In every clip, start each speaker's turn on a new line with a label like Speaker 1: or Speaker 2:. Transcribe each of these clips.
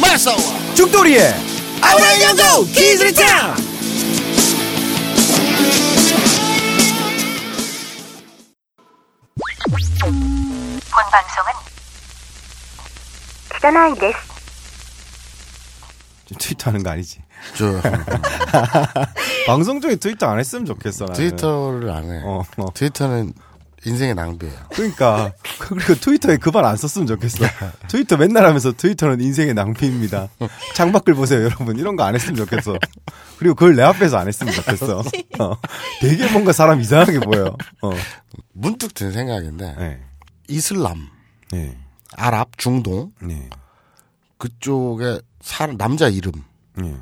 Speaker 1: 나서와
Speaker 2: 죽돌이의
Speaker 1: 아우라이연구 기술이자
Speaker 3: 본 방송은汚いです。
Speaker 2: 지금 트위터하는 거 아니지?
Speaker 4: 저
Speaker 2: 방송 중에 트위터 안 했으면 좋겠어. 나는.
Speaker 4: 트위터를 안 해.
Speaker 2: 아, 네. 어, 어.
Speaker 4: 트위터는 인생의 낭비예요.
Speaker 2: 그러니까 그리고 트위터에 그 말 안 썼으면 좋겠어. 트위터 맨날 하면서 트위터는 인생의 낭비입니다. 창밖을 보세요, 여러분. 이런 거 안 했으면 좋겠어. 그리고 그걸 내 앞에서 안 했으면 좋겠어. 어. 되게 뭔가 사람 이상하게 보여. 어.
Speaker 4: 문득 든 생각인데
Speaker 2: 네.
Speaker 4: 이슬람,
Speaker 2: 네.
Speaker 4: 아랍, 중동
Speaker 2: 네.
Speaker 4: 그쪽에 사람 남자 이름은
Speaker 2: 네.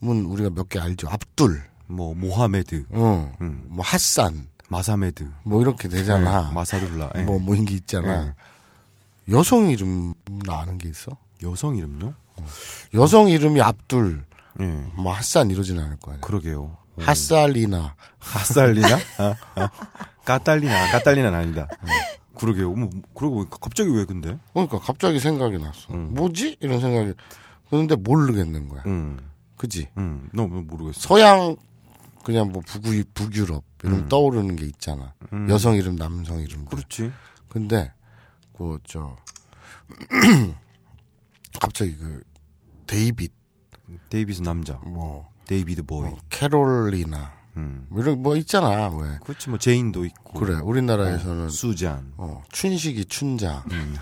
Speaker 4: 우리가 몇 개 알죠. 압둘,
Speaker 2: 뭐 모하메드,
Speaker 4: 어,
Speaker 2: 음.
Speaker 4: 뭐 핫산,
Speaker 2: 마사메드,
Speaker 4: 뭐 이렇게 되잖아.
Speaker 2: 마사둘라. 예.
Speaker 4: 뭐 모인 게
Speaker 2: 네.
Speaker 4: 있잖아. 여성 이름 나는 게 있어?
Speaker 2: 여성 이름요?
Speaker 4: 여성 이름이 압둘,
Speaker 2: 예.
Speaker 4: 뭐 핫산 이러진 않을 거 아니야.
Speaker 2: 그러게요.
Speaker 4: 핫살리나
Speaker 2: 아살리나? 아, 아. 까탈리나, 까탈리나는 아니다. 어. 그러게요. 뭐, 그러고 보니까 갑자기 왜 근데?
Speaker 4: 그러니까 갑자기 생각이 났어. 뭐지? 이런 생각이. 그런데 모르겠는 거야.
Speaker 2: 음,
Speaker 4: 그지?
Speaker 2: 음, 너무 모르겠어.
Speaker 4: 서양, 그냥 뭐 북유, 북유럽, 이런 떠오르는 게 있잖아. 여성 이름, 남성 이름.
Speaker 2: 음. 그렇지.
Speaker 4: 근데, 그, 저, 갑자기 그, 데이빗,
Speaker 2: 데이비스 남자,
Speaker 4: 뭐,
Speaker 2: 데이비드 보이.
Speaker 4: 캐롤리나,
Speaker 2: 음.
Speaker 4: 뭐 이런, 뭐 있잖아, 왜.
Speaker 2: 그렇지, 뭐, 제인도 있고.
Speaker 4: 그래, 어. 우리나라에서는,
Speaker 2: 수잔.
Speaker 4: 어, 춘식이 춘자,
Speaker 2: 음.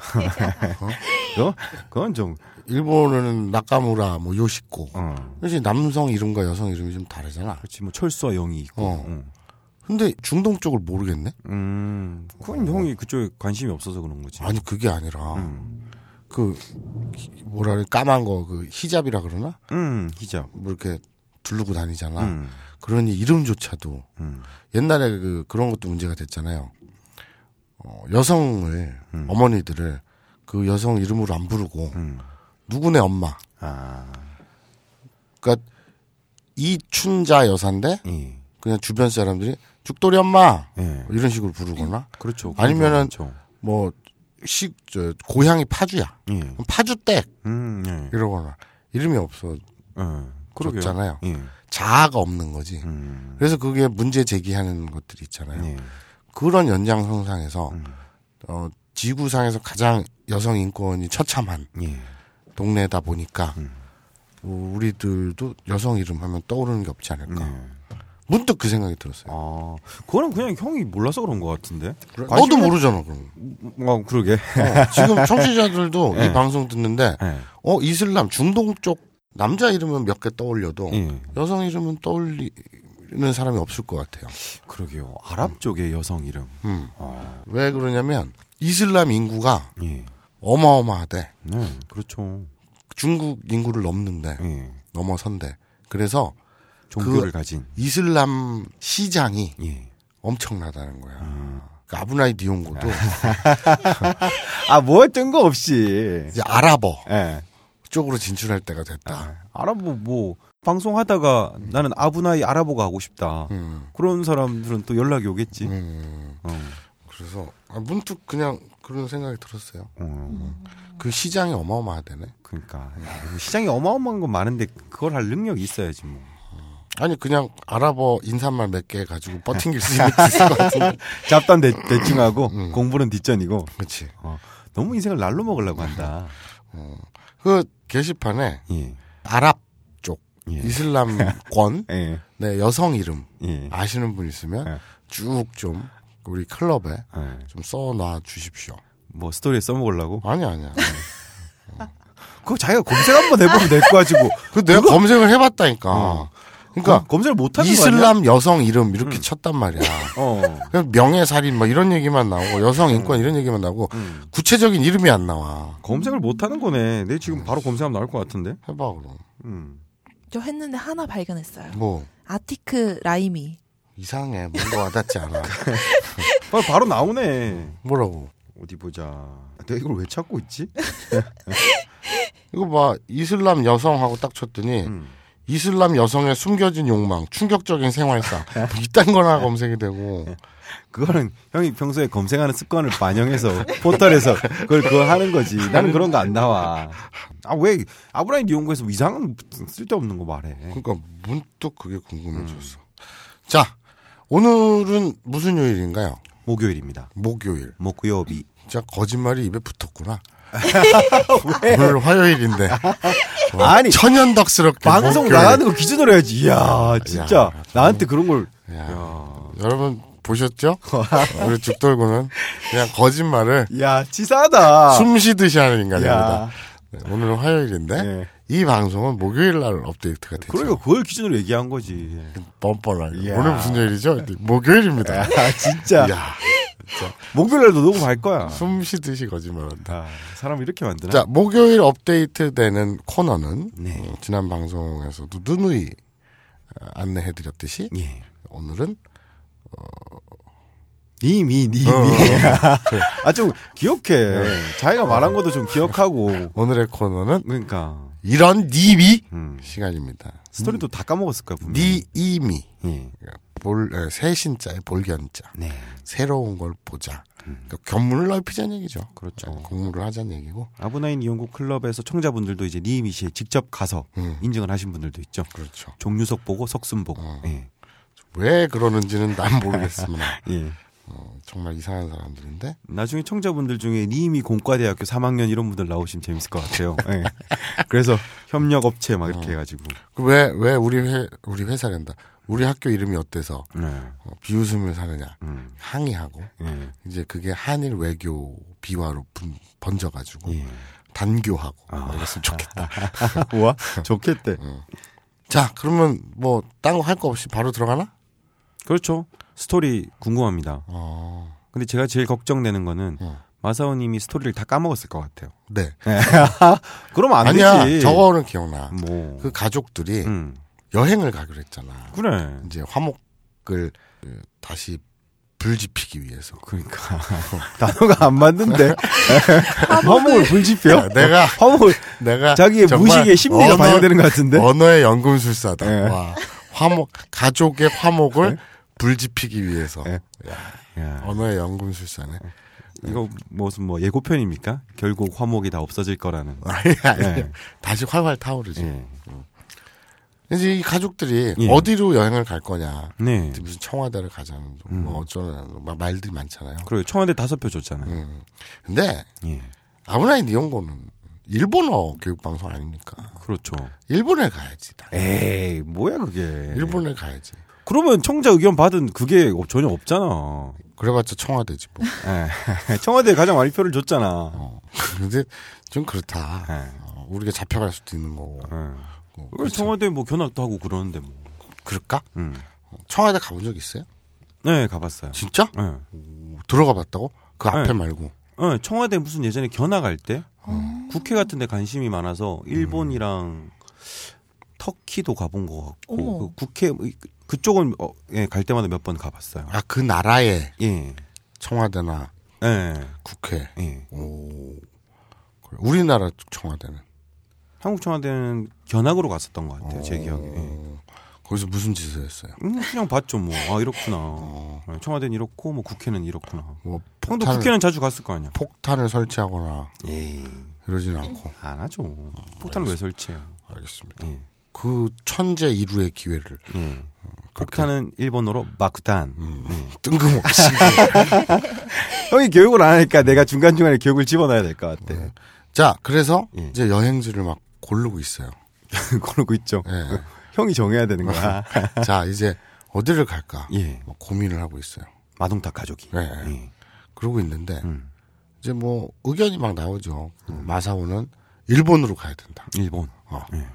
Speaker 2: 그 그건 좀,
Speaker 4: 일본은 나카무라, 뭐, 요시코.
Speaker 2: 어.
Speaker 4: 사실 남성 이름과 여성 이름이 좀 다르잖아.
Speaker 2: 그렇지, 뭐, 철수와 영이 있고.
Speaker 4: 어.
Speaker 2: 응.
Speaker 4: 근데 중동 쪽을 모르겠네?
Speaker 2: 음, 그건 형이 그쪽에 관심이 없어서 그런 거지.
Speaker 4: 어. 아니 그게 아니라
Speaker 2: 음.
Speaker 4: 그 기- 뭐라 그래 까만 거 그 히잡이라 그러나
Speaker 2: 음, 히잡.
Speaker 4: 뭐 이렇게 두르고 다니잖아.
Speaker 2: 음,
Speaker 4: 그러니 이름조차도
Speaker 2: 음.
Speaker 4: 옛날에 그 그런 것도 문제가 됐잖아요. 어, 여성을 어머니들을 그 여성 이름으로 안 부르고
Speaker 2: 음.
Speaker 4: 누구네 엄마.
Speaker 2: 아,
Speaker 4: 그러니까 이춘자 여사인데
Speaker 2: 예.
Speaker 4: 그냥 주변 사람들이 죽돌이 엄마 뭐
Speaker 2: 예.
Speaker 4: 이런 식으로 부르거나
Speaker 2: 그렇죠.
Speaker 4: 아니면은-
Speaker 2: 그렇죠.
Speaker 4: 뭐, 뭐식저 고향이 파주야.
Speaker 2: 예.
Speaker 4: 그럼 파주댁
Speaker 2: 음, 예.
Speaker 4: 이러거나 이름이 없어
Speaker 2: 예. 그러게요.
Speaker 4: 줬잖아요.
Speaker 2: 예.
Speaker 4: 자아가 없는 거지.
Speaker 2: 음,
Speaker 4: 그래서 그게 문제 제기하는 것들이 있잖아요.
Speaker 2: 예. 음.
Speaker 4: 그런 연장선상에서 어, 지구상에서 가장 여성 인권이 처참한
Speaker 2: 예.
Speaker 4: 동네다 보니까
Speaker 2: 음.
Speaker 4: 어, 우리들도 여성 이름 하면 떠오르는 게 없지 않을까. 문득 그 생각이 들었어요.
Speaker 2: 음. 아, 그거는 그냥 형이 몰라서 그런 것 같은데.
Speaker 4: 너도 모르잖아, 그럼.
Speaker 2: 어, 그러게.
Speaker 4: 어, 지금 청취자들도 이 방송 듣는데,
Speaker 2: 예.
Speaker 4: 어, 이슬람, 중동 쪽 남자 이름은 몇 개 떠올려도
Speaker 2: 예.
Speaker 4: 여성 이름은 떠올리는 사람이 없을 것 같아요.
Speaker 2: 그러게요. 아랍 쪽의 여성 이름.
Speaker 4: 왜 그러냐면, 이슬람 인구가
Speaker 2: 예.
Speaker 4: 어마어마하대.
Speaker 2: 네, 그렇죠.
Speaker 4: 중국 인구를 넘는데
Speaker 2: 예.
Speaker 4: 넘어선대. 그래서
Speaker 2: 종교를
Speaker 4: 그-
Speaker 2: 가진.
Speaker 4: 이슬람 시장이
Speaker 2: 예.
Speaker 4: 엄청나다는 거야. 그 아브나이 디옹고도
Speaker 2: 아, 뭐 뜬금없이.
Speaker 4: 이제 아랍어
Speaker 2: 예.
Speaker 4: 쪽으로 진출할 때가 됐다.
Speaker 2: 아랍어 뭐 방송하다가 나는 아부나이 아랍어가 하고 싶다. 그런 사람들은 또 연락이 오겠지.
Speaker 4: 그래서 아, 문득 그냥 그런 생각이 들었어요.
Speaker 2: 어,
Speaker 4: 그 시장이 어마어마하대네.
Speaker 2: 그러니까 야, 시장이 어마어마한 건 많은데 그걸 할 능력이 있어야지 뭐.
Speaker 4: 아니 그냥 아랍어 인사말 몇 개 가지고 버팅길 수 있는 게 있을 것 같은데.
Speaker 2: 잡단 대, 충하고 공부는 뒷전이고.
Speaker 4: 그렇지.
Speaker 2: 어, 너무 인생을 날로 먹으려고 한다.
Speaker 4: 그 게시판에
Speaker 2: 예.
Speaker 4: 아랍 쪽
Speaker 2: 예.
Speaker 4: 이슬람권
Speaker 2: 예.
Speaker 4: 네 여성 이름
Speaker 2: 예.
Speaker 4: 아시는 분 있으면
Speaker 2: 예.
Speaker 4: 쭉 좀 우리 클럽에
Speaker 2: 예.
Speaker 4: 좀 써놔 주십시오.
Speaker 2: 뭐 스토리에 써먹으려고?
Speaker 4: 아니 아니야.
Speaker 2: 예. 그거 자기가 검색 한번 해보면 될 거 가지고.
Speaker 4: 그 내가 검색을 해봤다니까.
Speaker 2: 그러니까
Speaker 4: 그러니까
Speaker 2: 검색을 못하는
Speaker 4: 이슬람 여성 이름 이렇게
Speaker 2: 음.
Speaker 4: 쳤단 말이야.
Speaker 2: 거 아니야? 어.
Speaker 4: 그냥 명예살인 막 이런 얘기만 나오고 여성 인권
Speaker 2: 음.
Speaker 4: 이런 얘기만 나오고 구체적인 이름이 안 나와.
Speaker 2: 검색을 못하는 거네. 내 지금 바로 검색하면 나올 것 같은데.
Speaker 4: 해봐 그럼.
Speaker 2: 음.
Speaker 1: 저 했는데 하나 발견했어요
Speaker 4: 뭐
Speaker 1: 아티크 라이미
Speaker 4: 이상해. 뭔가 와닿지 않아.
Speaker 2: 바로, 바로 나오네.
Speaker 4: 뭐라고?
Speaker 2: 어디 보자. 내가 이걸 왜 찾고 있지? 음.
Speaker 4: 이거 봐 이슬람 여성하고 딱 쳤더니 이슬람 여성의 숨겨진 욕망, 충격적인 생활상 이딴 거나 검색이 되고
Speaker 2: 그거는 형이 평소에 검색하는 습관을 반영해서 포털에서 그걸 그걸 하는 거지. 나는 그런 거 안 나와. 아 왜 아브라인 이용구에서 이상한 쓸데없는 거 말해.
Speaker 4: 그러니까 문득 그게 궁금해졌어.
Speaker 2: 음.
Speaker 4: 자, 오늘은 무슨 요일인가요?
Speaker 2: 목요일입니다.
Speaker 4: 목요일.
Speaker 2: 목요비.
Speaker 4: 진짜 거짓말이 입에 붙었구나.
Speaker 2: 왜?
Speaker 4: 오늘 화요일인데. 어,
Speaker 2: 아니.
Speaker 4: 천연덕스럽게
Speaker 2: 방송
Speaker 4: 목요일.
Speaker 2: 나가는 거 기준으로 해야지. 아, 이야 진짜
Speaker 4: 야,
Speaker 2: 나한테 그런 걸
Speaker 4: 야, 여러분 보셨죠? 어, 우리 죽돌고는 그냥 거짓말을
Speaker 2: 야, 치사하다.
Speaker 4: 숨 쉬듯이 하는
Speaker 2: 아. 야.
Speaker 4: 인간입니다. 네, 오늘은 화요일인데
Speaker 2: 예.
Speaker 4: 이 방송은 목요일 날 업데이트가 되죠.
Speaker 2: 그러니까 그걸 기준으로 얘기한 거지.
Speaker 4: 뻔뻔하게.
Speaker 2: 야.
Speaker 4: 오늘 무슨 요일이죠? 목요일입니다.
Speaker 2: 아, 진짜.
Speaker 4: 야,
Speaker 2: 목요일날도 녹음할 거야.
Speaker 4: 숨 쉬듯이 거짓말한다.
Speaker 2: 아, 사람 이렇게 만드나?
Speaker 4: 자, 목요일 업데이트 되는 코너는
Speaker 2: 네.
Speaker 4: 어, 지난 방송에서도 누누이 어, 안내해드렸듯이
Speaker 2: 예.
Speaker 4: 오늘은
Speaker 2: 님이, 님이. 어. 아, 좀 기억해.
Speaker 4: 네.
Speaker 2: 자기가 말한 것도
Speaker 4: 어.
Speaker 2: 좀 기억하고.
Speaker 4: 오늘의 코너는
Speaker 2: 그러니까.
Speaker 4: 이런 니비
Speaker 2: 음.
Speaker 4: 시간입니다.
Speaker 2: 스토리도 다 까먹었을 거야, 분명
Speaker 4: 니이미 그러니까
Speaker 2: 예.
Speaker 4: 볼 에, 새신자의 볼견자
Speaker 2: 네.
Speaker 4: 새로운 걸 보자. 그러니까 견문을 넓히자는 얘기죠.
Speaker 2: 음. 그렇죠.
Speaker 4: 예, 공부를 하자는 얘기고
Speaker 2: 아브나인 이용구 클럽에서 청자분들도 이제 니미 씨에 직접 가서
Speaker 4: 음.
Speaker 2: 인증을 하신 분들도 있죠.
Speaker 4: 그렇죠.
Speaker 2: 종류석 보고 석순 보고.
Speaker 4: 어.
Speaker 2: 예.
Speaker 4: 왜 그러는지는 난 모르겠습니다.
Speaker 2: 예.
Speaker 4: 어, 정말 이상한 사람들인데
Speaker 2: 나중에 청자분들 중에 니미 공과대학교 3학년 이런 분들 나오시면 재밌을 것 같아요. 예. 그래서 협력업체 막
Speaker 4: 어.
Speaker 2: 이렇게 해가지고.
Speaker 4: 그 왜 왜 우리 회 우리 회사란다. 우리 학교 이름이 어때서
Speaker 2: 네.
Speaker 4: 어, 비웃음을 사느냐
Speaker 2: 음.
Speaker 4: 항의하고
Speaker 2: 예.
Speaker 4: 이제 그게 한일 외교 비화로 분- 번져가지고
Speaker 2: 예. 아.
Speaker 4: 단교하고 뭐 이랬으면 좋겠다.
Speaker 2: 와, 좋겠대.
Speaker 4: 어. 자 그러면 뭐 딴 거 할 거 없이 바로 들어가나?
Speaker 2: 그렇죠. 스토리 궁금합니다.
Speaker 4: 어,
Speaker 2: 근데 제가 제일 걱정되는 거는
Speaker 4: 어.
Speaker 2: 마사오님이 스토리를 다 까먹었을 것 같아요.
Speaker 4: 네.
Speaker 2: 그럼 안
Speaker 4: 아니야
Speaker 2: 되지.
Speaker 4: 저거는 기억나.
Speaker 2: 뭐.
Speaker 4: 그 가족들이
Speaker 2: 음.
Speaker 4: 여행을 가기로 했잖아.
Speaker 2: 그래.
Speaker 4: 이제 화목을 그, 다시 불지피기 위해서.
Speaker 2: 그러니까 단어가 안 맞는데 화목을 불집혀.
Speaker 4: 내가-
Speaker 2: 화목을
Speaker 4: 내가
Speaker 2: 자기의
Speaker 4: 정말
Speaker 2: 무식의 심리가
Speaker 4: 언어-
Speaker 2: 반영되는 것 같은데.
Speaker 4: 언어의 연금술사다.
Speaker 2: 예.
Speaker 4: 와 화목 가족의 화목을 불지피기 위해서
Speaker 2: 예.
Speaker 4: 야,
Speaker 2: 야.
Speaker 4: 언어의 연금술사네.
Speaker 2: 이거 무슨 뭐 예고편입니까? 결국 화목이 다 없어질 거라는.
Speaker 4: 아니 아니
Speaker 2: 예.
Speaker 4: 다시 활활 타오르지. 음.
Speaker 2: 예.
Speaker 4: 이제 이 가족들이
Speaker 2: 예.
Speaker 4: 어디로 여행을 갈 거냐.
Speaker 2: 네.
Speaker 4: 무슨 청와대를 가자는 둥, 뭐
Speaker 2: 음.
Speaker 4: 어쩌는 막 말들이 많잖아요.
Speaker 2: 그리고 청와대 다섯 표 줬잖아요.
Speaker 4: 음. 근데
Speaker 2: 예.
Speaker 4: 아브라인 이용고는 네 일본어 교육 방송 아닙니까?
Speaker 2: 그렇죠.
Speaker 4: 일본에 가야지. 다.
Speaker 2: 예. 에이, 뭐야 그게.
Speaker 4: 일본에 가야지.
Speaker 2: 그러면 청자 의견 받은 그게 전혀 없잖아.
Speaker 4: 그래봤자 청와대지 뭐.
Speaker 2: 예. 청와대에 가장 많이 표를 줬잖아.
Speaker 4: 근데 좀 그렇다.
Speaker 2: 네.
Speaker 4: 어, 우리가 잡혀갈 수도 있는 거고.
Speaker 2: 예.
Speaker 4: 어,
Speaker 2: 그걸 청와대 뭐 견학도 하고 그러는데 뭐.
Speaker 4: 그럴까?
Speaker 2: 음.
Speaker 4: 어, 청와대 가본 적 있어요?
Speaker 2: 네, 가봤어요.
Speaker 4: 진짜?
Speaker 2: 예.
Speaker 4: 뭐 들어가 봤다고? 그 앞에
Speaker 2: 네.
Speaker 4: 말고.
Speaker 2: 예, 청와대 무슨 예전에 견학할 때 국회 같은 데 관심이 많아서 일본이랑 터키도 가본 것
Speaker 1: 어머.
Speaker 2: 같고 그 국회 그쪽은 어, 예, 갈 때마다 몇 번 가봤어요.
Speaker 4: 아, 그 나라의
Speaker 2: 예.
Speaker 4: 청와대나
Speaker 2: 예.
Speaker 4: 국회.
Speaker 2: 예.
Speaker 4: 오. 그래. 우리나라 청와대는.
Speaker 2: 한국 청와대는 견학으로 갔었던 것 같아요. 제 기억에. 예.
Speaker 4: 어, 거기서 무슨 짓을 했어요?
Speaker 2: 음, 그냥 봤죠, 뭐. 아, 이렇구나. 예, 청와대는 이렇고, 뭐, 국회는 이렇구나.
Speaker 4: 뭐
Speaker 2: 형도
Speaker 4: 어. 폭탄을,
Speaker 2: 국회는 자주 갔을 거 아니야.
Speaker 4: 폭탄을 설치하거나
Speaker 2: 예.
Speaker 4: 이러진 않고.
Speaker 2: 안 하죠. 폭탄을 왜 설치해요?
Speaker 4: 알겠습니다.
Speaker 2: 예.
Speaker 4: 그 천재 이루의 기회를 어, 그
Speaker 2: 예. 폭탄은 일본어로 마쿠탄.
Speaker 4: 음. 뜬금없이
Speaker 2: 형이 교육을 안 하니까 내가 중간중간에 교육을 집어넣어야 될 것 같아.
Speaker 4: 네. 자, 그래서
Speaker 2: 예.
Speaker 4: 이제 여행지를 막 고르고 있어요.
Speaker 2: 그러고 있죠.
Speaker 4: 예.
Speaker 2: 형이 정해야 되는 거야.
Speaker 4: 자, 이제 어디를 갈까?
Speaker 2: 예.
Speaker 4: 뭐 고민을 하고 있어요.
Speaker 2: 마동탁 가족이.
Speaker 4: 예. 그러고 있는데
Speaker 2: 음.
Speaker 4: 이제 뭐 의견이 막 나오죠. 그 마사오는 일본으로 가야 된다.
Speaker 2: 일본.
Speaker 4: 어,
Speaker 2: 예.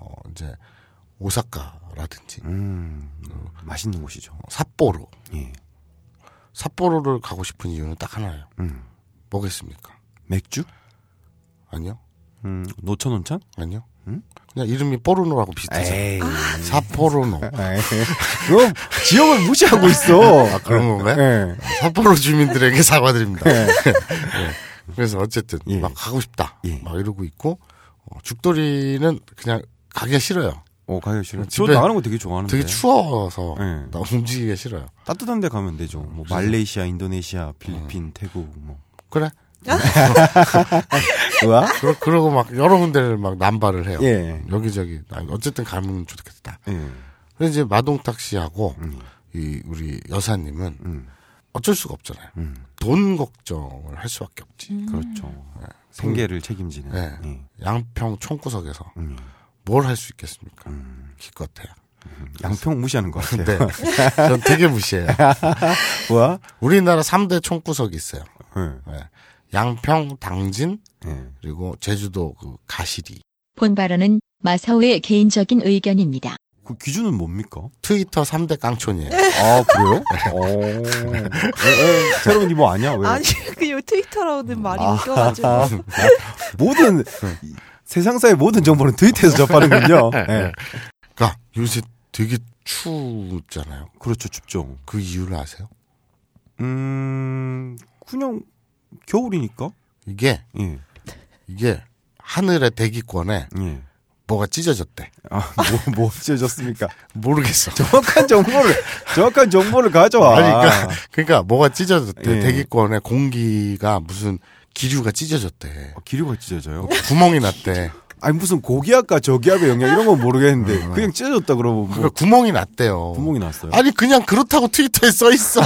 Speaker 4: 어, 이제 오사카라든지
Speaker 2: 음, 맛있는 곳이죠.
Speaker 4: 삿포로,
Speaker 2: 예.
Speaker 4: 삿포로를 가고 싶은 이유는 딱 하나예요.
Speaker 2: 음.
Speaker 4: 뭐겠습니까?
Speaker 2: 맥주?
Speaker 4: 아니요,
Speaker 2: 음, 노천온천?
Speaker 4: 아니요.
Speaker 2: 음?
Speaker 4: 그냥 이름이 포르노라고 비슷해서
Speaker 2: 에이.
Speaker 4: 삿포로노.
Speaker 2: 아. 그럼 지역을 무시하고 있어.
Speaker 4: 아 그런 건가요?
Speaker 2: 예.
Speaker 4: 삿포로 주민들에게 사과드립니다. 예. 그래서 어쨌든
Speaker 2: 네. 예.
Speaker 4: 막 가고 싶다.
Speaker 2: 예.
Speaker 4: 막 이러고 있고 어, 죽돌이는 그냥 가기가 싫어요.
Speaker 2: 어, 가기 싫어. 저
Speaker 4: 집에
Speaker 2: 나가는 거 되게 좋아하는데.
Speaker 4: 되게 추워서
Speaker 2: 네.
Speaker 4: 나 움직이기가 싫어요.
Speaker 2: 따뜻한 데 가면 되죠. 뭐 말레이시아, 인도네시아, 필리핀, 태국 뭐.
Speaker 4: 그래.
Speaker 2: 뭐야?
Speaker 4: 그러, 그러고 막 여러 군데를 막 남발을 해요.
Speaker 2: 예.
Speaker 4: 여기저기. 아, 어쨌든 가면 좋겠다.
Speaker 2: 예.
Speaker 4: 그래서 이제 마동탁 씨하고
Speaker 2: 음.
Speaker 4: 이 우리 여사님은 어쩔 수가 없잖아요.
Speaker 2: 음.
Speaker 4: 돈 걱정을 할 수밖에 없지.
Speaker 2: 그렇죠. 생계를 책임지는.
Speaker 4: 네.
Speaker 2: 예. 음.
Speaker 4: 양평 총구석에서 뭘 할 수 있겠습니까? 기껏해야.
Speaker 2: 양평 무시하는 것 같아요.
Speaker 4: 네. 전 되게 무시해요.
Speaker 2: 뭐야?
Speaker 4: 우리나라 3대 총구석이 있어요.
Speaker 2: 예.
Speaker 4: 예. 양평, 당진,
Speaker 2: 예.
Speaker 4: 그리고 제주도 그 가시리.
Speaker 5: 본 발언은 마사오의 개인적인 의견입니다.
Speaker 2: 그 기준은 뭡니까?
Speaker 4: 트위터 3대 깡촌이에요.
Speaker 2: 아 그래요? 어. 에, 에, 새로운 이뭐 아니야? 왜?
Speaker 1: 아니 그요 트위터라는 말이
Speaker 2: 아.
Speaker 1: 웃겨가지고
Speaker 2: 모든 이- 세상사의 모든 정보는 트위터에서 접하는군요. 예.
Speaker 4: 그러니까 요새 되게 추잖아요.
Speaker 2: 그렇죠, 춥죠.
Speaker 4: 그 이유를 아세요?
Speaker 2: 음, 그냥 겨울이니까.
Speaker 4: 이게
Speaker 2: 예,
Speaker 4: 이게 하늘의 대기권에
Speaker 2: 예.
Speaker 4: 뭐가 찢어졌대.
Speaker 2: 아, 뭐, 뭐 찢어졌습니까?
Speaker 4: 모르겠어.
Speaker 2: 정확한 정보를, 정확한 정보를 가져와.
Speaker 4: 아니, 그러니까, 그러니까 뭐가 찢어졌대.
Speaker 2: 예.
Speaker 4: 대기권에 공기가 무슨 기류가 찢어졌대.
Speaker 2: 어, 기류가 찢어져요.
Speaker 4: 구멍이 났대.
Speaker 2: 아니, 무슨 고기압과 저기압의 영향 이런 건 모르겠는데, 그냥 찢어졌다 아, 그러면 뭐,
Speaker 4: 그러니까 구멍이 났대요.
Speaker 2: 구멍이 났어요.
Speaker 4: 아니 그냥 그렇다고 트위터에 써 있어.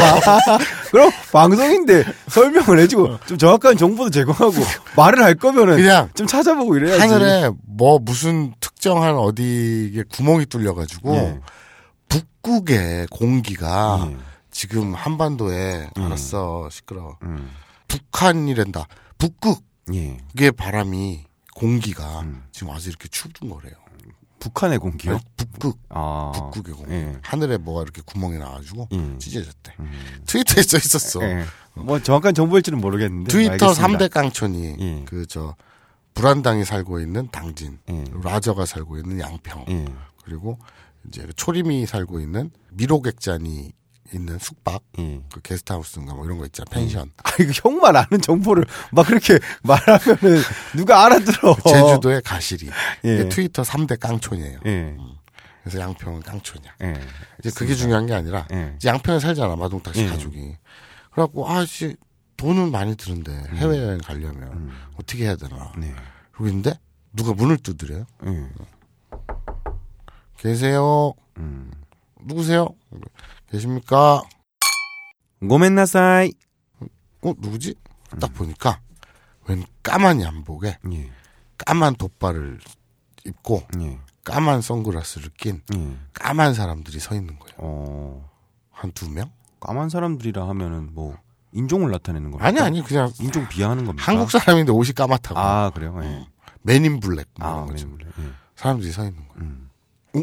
Speaker 2: 그럼 방송인데 설명을 해주고, 좀 정확한 정보도 제공하고, 말을 할 거면은,
Speaker 4: 그냥
Speaker 2: 좀 찾아보고 이래야지.
Speaker 4: 하늘에 뭐 무슨 특정한 어디에 구멍이 뚫려가지고
Speaker 2: 예.
Speaker 4: 북극의 공기가
Speaker 2: 예.
Speaker 4: 지금 한반도에 알았어 시끄러. 워
Speaker 2: 음,
Speaker 4: 북한이란다. 북극의
Speaker 2: 예.
Speaker 4: 바람이 공기가 지금 아주 이렇게 추운 거래요.
Speaker 2: 북한의 음. 공기요?
Speaker 4: 아니, 북극
Speaker 2: 네. 아.
Speaker 4: 북극의 공기.
Speaker 2: 예.
Speaker 4: 하늘에 뭐가 이렇게 구멍이 나가지고
Speaker 2: 음.
Speaker 4: 찢어졌대. 트위터에 써 있었어.
Speaker 2: 예. 뭐 정확한 정보일지는 모르겠는데.
Speaker 4: 트위터
Speaker 2: 알겠습니다.
Speaker 4: 3대 깡촌이
Speaker 2: 예.
Speaker 4: 그 저 불안당이 살고 있는 당진,
Speaker 2: 예.
Speaker 4: 라저가 살고 있는 양평,
Speaker 2: 예.
Speaker 4: 그리고 이제 그 초림이 살고 있는 미로객잔이 있는 숙박,
Speaker 2: 예.
Speaker 4: 그 게스트하우스인가 뭐 이런 거 있잖아 펜션.
Speaker 2: 아, 이거 형만 아는 정보를 막 그렇게 말하면은 누가 알아들어.
Speaker 4: 그 제주도의 가시리.
Speaker 2: 예.
Speaker 4: 이게 트위터 3대 깡촌이에요.
Speaker 2: 예.
Speaker 4: 그래서 양평은 깡촌이야.
Speaker 2: 예.
Speaker 4: 이제 그게 중요한 게 아니라
Speaker 2: 예.
Speaker 4: 이제 양평에 살잖아 마동탁 씨
Speaker 2: 예.
Speaker 4: 가족이. 그래갖고 아씨 돈은 많이 드는데
Speaker 2: 음.
Speaker 4: 해외 여행 가려면 어떻게 해야 되나.
Speaker 2: 네.
Speaker 4: 그러고 있는데 누가 문을 두드려요.
Speaker 2: 예.
Speaker 4: 계세요.
Speaker 2: 음.
Speaker 4: 누구세요? 계십니까?
Speaker 2: 고멘나사이.
Speaker 4: 어 누구지? 딱 보니까 웬 까만 양복에
Speaker 2: 예.
Speaker 4: 까만 돗바를 입고
Speaker 2: 예.
Speaker 4: 까만 선글라스를 낀
Speaker 2: 예.
Speaker 4: 까만 사람들이 서 있는 거예요.
Speaker 2: 어.
Speaker 4: 한 두 명?
Speaker 2: 까만 사람들이라 하면은 뭐 인종을 나타내는 겁니까?
Speaker 4: 아니 아니 그냥
Speaker 2: 인종 비하하는 겁니까?
Speaker 4: 한국 사람인데 음, 옷이 까맣다고.
Speaker 2: 음. 아, 그래요. 예.
Speaker 4: 맨인 블랙 뭐
Speaker 2: 아,
Speaker 4: 이런 거지.
Speaker 2: 그래요. 예.
Speaker 4: 사람들이 서 있는 거예요.
Speaker 2: 음.
Speaker 4: 어?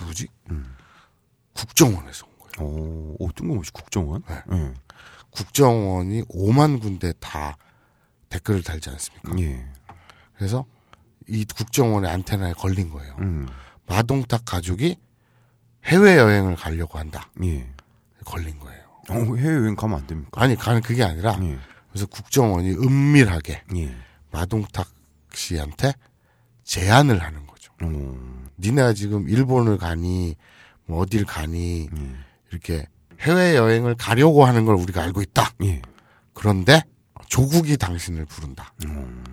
Speaker 4: 누구지? 국정원에서 온
Speaker 2: 어,
Speaker 4: 거예요.
Speaker 2: 오, 오, 뜬금없이 국정원?
Speaker 4: 네.
Speaker 2: 예.
Speaker 4: 국정원이 5만 군데 다 댓글을 달지 않습니까?
Speaker 2: 예.
Speaker 4: 그래서 이 국정원의 안테나에 걸린 거예요.
Speaker 2: 음.
Speaker 4: 마동탁 가족이 해외 여행을 가려고 한다.
Speaker 2: 예.
Speaker 4: 걸린 거예요.
Speaker 2: 어, 해외여행 가면 안 됩니까?
Speaker 4: 아니 가는 그게 아니라
Speaker 2: 예.
Speaker 4: 그래서 국정원이 은밀하게
Speaker 2: 예.
Speaker 4: 마동탁 씨한테 제안을 하는 거죠.
Speaker 2: 음.
Speaker 4: 니네가 지금 일본을 가니 뭐 어딜 가니
Speaker 2: 예.
Speaker 4: 이렇게 해외 여행을 가려고 하는 걸 우리가 알고 있다.
Speaker 2: 예.
Speaker 4: 그런데 조국이 당신을 부른다.
Speaker 2: 음.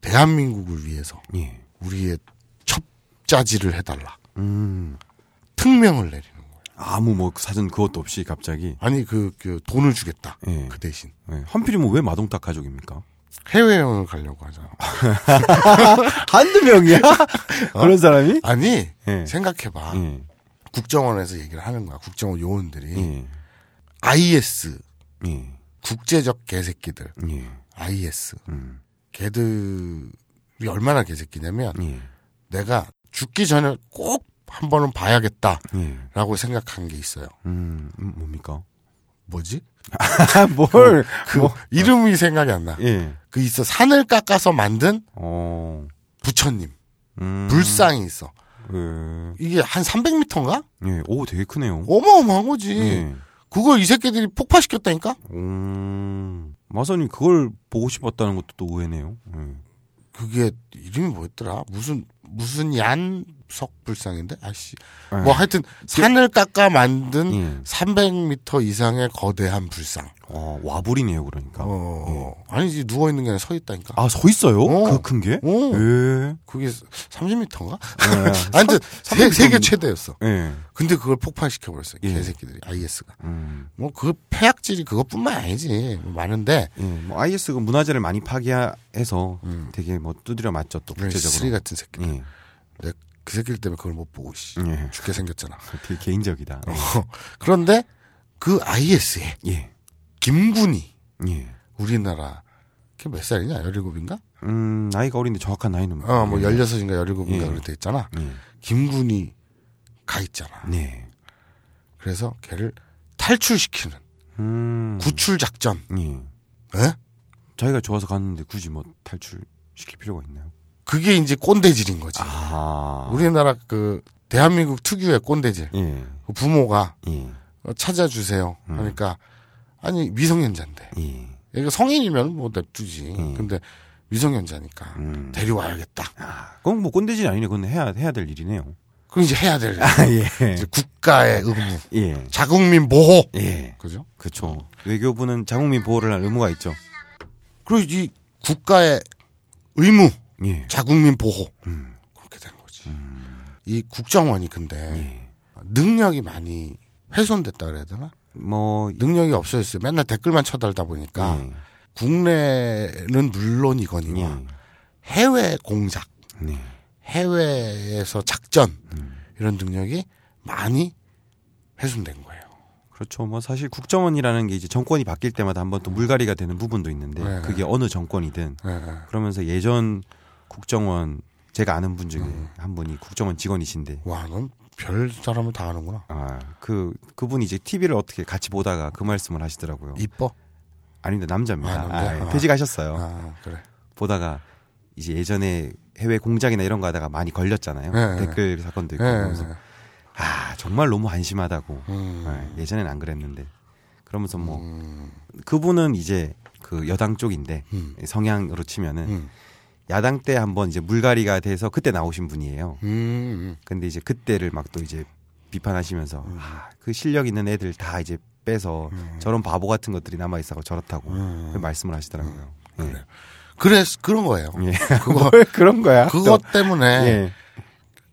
Speaker 4: 대한민국을 위해서
Speaker 2: 예.
Speaker 4: 우리의 첩자지를 해달라.
Speaker 2: 음.
Speaker 4: 특명을 내리는 거예요.
Speaker 2: 아무 뭐 사전 그것도 없이 갑자기
Speaker 4: 아니 그, 그 돈을 주겠다.
Speaker 2: 예.
Speaker 4: 그 대신
Speaker 2: 예. 한필이면 왜 마동탁 가족입니까?
Speaker 4: 해외 여행을 가려고 하잖아.
Speaker 2: 한두 명이야? 그런 사람이?
Speaker 4: 아니
Speaker 2: 예.
Speaker 4: 생각해봐.
Speaker 2: 어? 예.
Speaker 4: 국정원에서 얘기를 하는 거야. 국정원 요원들이
Speaker 2: 예.
Speaker 4: IS
Speaker 2: 예.
Speaker 4: 국제적 개새끼들
Speaker 2: 예.
Speaker 4: IS
Speaker 2: 음.
Speaker 4: 걔들이 얼마나 개새끼냐면
Speaker 2: 예.
Speaker 4: 내가 죽기 전에 꼭 한 번은 봐야겠다라고
Speaker 2: 예.
Speaker 4: 생각한 게 있어요.
Speaker 2: 음. 음, 뭡니까?
Speaker 4: 뭐지?
Speaker 2: 아, 뭘? 뭐?
Speaker 4: 그 이름이 생각이 안 나.
Speaker 2: 예.
Speaker 4: 그 있어 산을 깎아서 만든
Speaker 2: 어.
Speaker 4: 부처님
Speaker 2: 음.
Speaker 4: 불상이 있어.
Speaker 2: 예.
Speaker 4: 이게 한 300m인가?
Speaker 2: 예. 오, 되게 크네요.
Speaker 4: 어마어마한 거지.
Speaker 2: 예.
Speaker 4: 그걸 이 새끼들이 폭파시켰다니까?
Speaker 2: 음. 마선이 그걸 보고 싶었다는 것도 또 의외네요. 예.
Speaker 4: 그게 이름이 뭐였더라? 무슨 무슨 얀 석불상인데 아씨
Speaker 2: 네.
Speaker 4: 뭐 하여튼 산을 깎아 만든
Speaker 2: 예.
Speaker 4: 300m 이상의 거대한 불상.
Speaker 2: 어, 와불이네요, 그러니까.
Speaker 4: 어 아니지 누워 있는 게 아니라 서 있다니까.
Speaker 2: 아, 서 있어요?
Speaker 4: 어.
Speaker 2: 그 큰 게?
Speaker 4: 오.
Speaker 2: 예.
Speaker 4: 그게 30m인가?
Speaker 2: 예.
Speaker 4: 아무튼
Speaker 2: 삼-
Speaker 4: 세-
Speaker 2: 300m
Speaker 4: 세계
Speaker 2: 정도.
Speaker 4: 최대였어.
Speaker 2: 예.
Speaker 4: 근데 그걸 폭발시켜 버렸어요.
Speaker 2: 예.
Speaker 4: 개새끼들이 IS가.
Speaker 2: 음.
Speaker 4: 뭐 그 폐악질이 그것뿐만 아니지 많은데
Speaker 2: 예. 뭐 IS가 문화재를 많이 파괴해서
Speaker 4: 음.
Speaker 2: 되게 뭐 두드려 맞죠, 또
Speaker 4: 쓰리
Speaker 2: 국제적으로.
Speaker 4: 같은 새끼. 들
Speaker 2: 예.
Speaker 4: 내가 그 새끼들 때문에 그걸 못 보고 씨
Speaker 2: 예.
Speaker 4: 죽게 생겼잖아.
Speaker 2: 되게 개인적이다.
Speaker 4: 네. 그런데 그 IS에
Speaker 2: 예.
Speaker 4: 김군이
Speaker 2: 예.
Speaker 4: 우리나라 그 몇 살이냐? 17인가?
Speaker 2: 음, 나이가 어린데 정확한 나이는
Speaker 4: 어, 뭐
Speaker 2: 예.
Speaker 4: 16인가 17인가
Speaker 2: 예.
Speaker 4: 그렇게 돼 있잖아.
Speaker 2: 예.
Speaker 4: 김군이 가 있잖아.
Speaker 2: 네.
Speaker 4: 그래서 걔를 탈출시키는
Speaker 2: 음.
Speaker 4: 구출 작전.
Speaker 2: 예.
Speaker 4: 예?
Speaker 2: 자기가 좋아서 갔는데 굳이 뭐 탈출시킬 필요가 있나요?
Speaker 4: 그게 이제 꼰대질인 거지.
Speaker 2: 아.
Speaker 4: 우리나라 그 대한민국 특유의 꼰대질.
Speaker 2: 예.
Speaker 4: 그 부모가
Speaker 2: 예.
Speaker 4: 어, 찾아주세요. 그러니까 아니 미성년자인데.
Speaker 2: 예.
Speaker 4: 얘가 성인이면 뭐 냅두지.
Speaker 2: 음.
Speaker 4: 근데 미성년자니까
Speaker 2: 음.
Speaker 4: 데려와야겠다.
Speaker 2: 그건 뭐 꼰대질 아니네. 그건 해야 해야 될 일이네요.
Speaker 4: 그럼 이제 해야 될
Speaker 2: 예.
Speaker 4: 이제 국가의 의무.
Speaker 2: 예.
Speaker 4: 자국민 보호.
Speaker 2: 예.
Speaker 4: 그죠?
Speaker 2: 그렇죠. 외교부는 자국민 보호를 할 의무가 있죠.
Speaker 4: 그리고 이 국가의 의무,
Speaker 2: 예.
Speaker 4: 자국민 보호.
Speaker 2: 음.
Speaker 4: 그렇게 된 거지. 이 국정원이 근데
Speaker 2: 예.
Speaker 4: 능력이 많이 훼손됐다 그래야 되나?
Speaker 2: 뭐
Speaker 4: 능력이 없어졌어요. 맨날 댓글만 쳐달다 보니까
Speaker 2: 예.
Speaker 4: 국내는 물론이거니와
Speaker 2: 예.
Speaker 4: 해외 공작,
Speaker 2: 네.
Speaker 4: 해외에서 작전 이런 능력이 많이 훼손된 거예요.
Speaker 2: 그렇죠. 뭐 사실 국정원이라는 게 이제 정권이 바뀔 때마다 한번 또 물갈이가 되는 부분도 있는데
Speaker 4: 네.
Speaker 2: 그게 어느 정권이든
Speaker 4: 예, 예.
Speaker 2: 그러면서 예전 국정원 제가 아는 분 중에
Speaker 4: 음.
Speaker 2: 한 분이 국정원 직원이신데
Speaker 4: 와, 넌 별 사람을 다 아는구나.
Speaker 2: 아그 그분이 이제 TV를 어떻게 같이 보다가 그 말씀을 하시더라고요.
Speaker 4: 이뻐?
Speaker 2: 아닌데 남자입니다.
Speaker 4: 아, 남자?
Speaker 2: 아,
Speaker 4: 아.
Speaker 2: 퇴직하셨어요.
Speaker 4: 아, 그래.
Speaker 2: 보다가 이제 예전에 해외 공작이나 이런 거 하다가 많이 걸렸잖아요.
Speaker 4: 네.
Speaker 2: 댓글 사건도 있고
Speaker 4: 예,
Speaker 2: 그러면서
Speaker 4: 예.
Speaker 2: 아 정말 너무 안심하다고
Speaker 4: 음.
Speaker 2: 예, 전엔안 그랬는데 그러면서 뭐 그분은 이제 그 여당 쪽인데
Speaker 4: 음.
Speaker 2: 성향으로 치면은
Speaker 4: 음.
Speaker 2: 야당 때 한번 이제 물갈이가 돼서 그때 나오신 분이에요.
Speaker 4: 음,
Speaker 2: 근데 이제 그때를 막 또 이제 비판하시면서 아, 그 실력 있는 애들 다 이제 빼서
Speaker 4: 음.
Speaker 2: 저런 바보 같은 것들이 남아 있어서 저렇다고 그 말씀을 하시더라고요. 예.
Speaker 4: 그래서 음. 그런 거예요.
Speaker 2: 예.
Speaker 4: 그거
Speaker 2: 뭘 그런 거야.
Speaker 4: 그것
Speaker 2: 또.
Speaker 4: 때문에
Speaker 2: 예.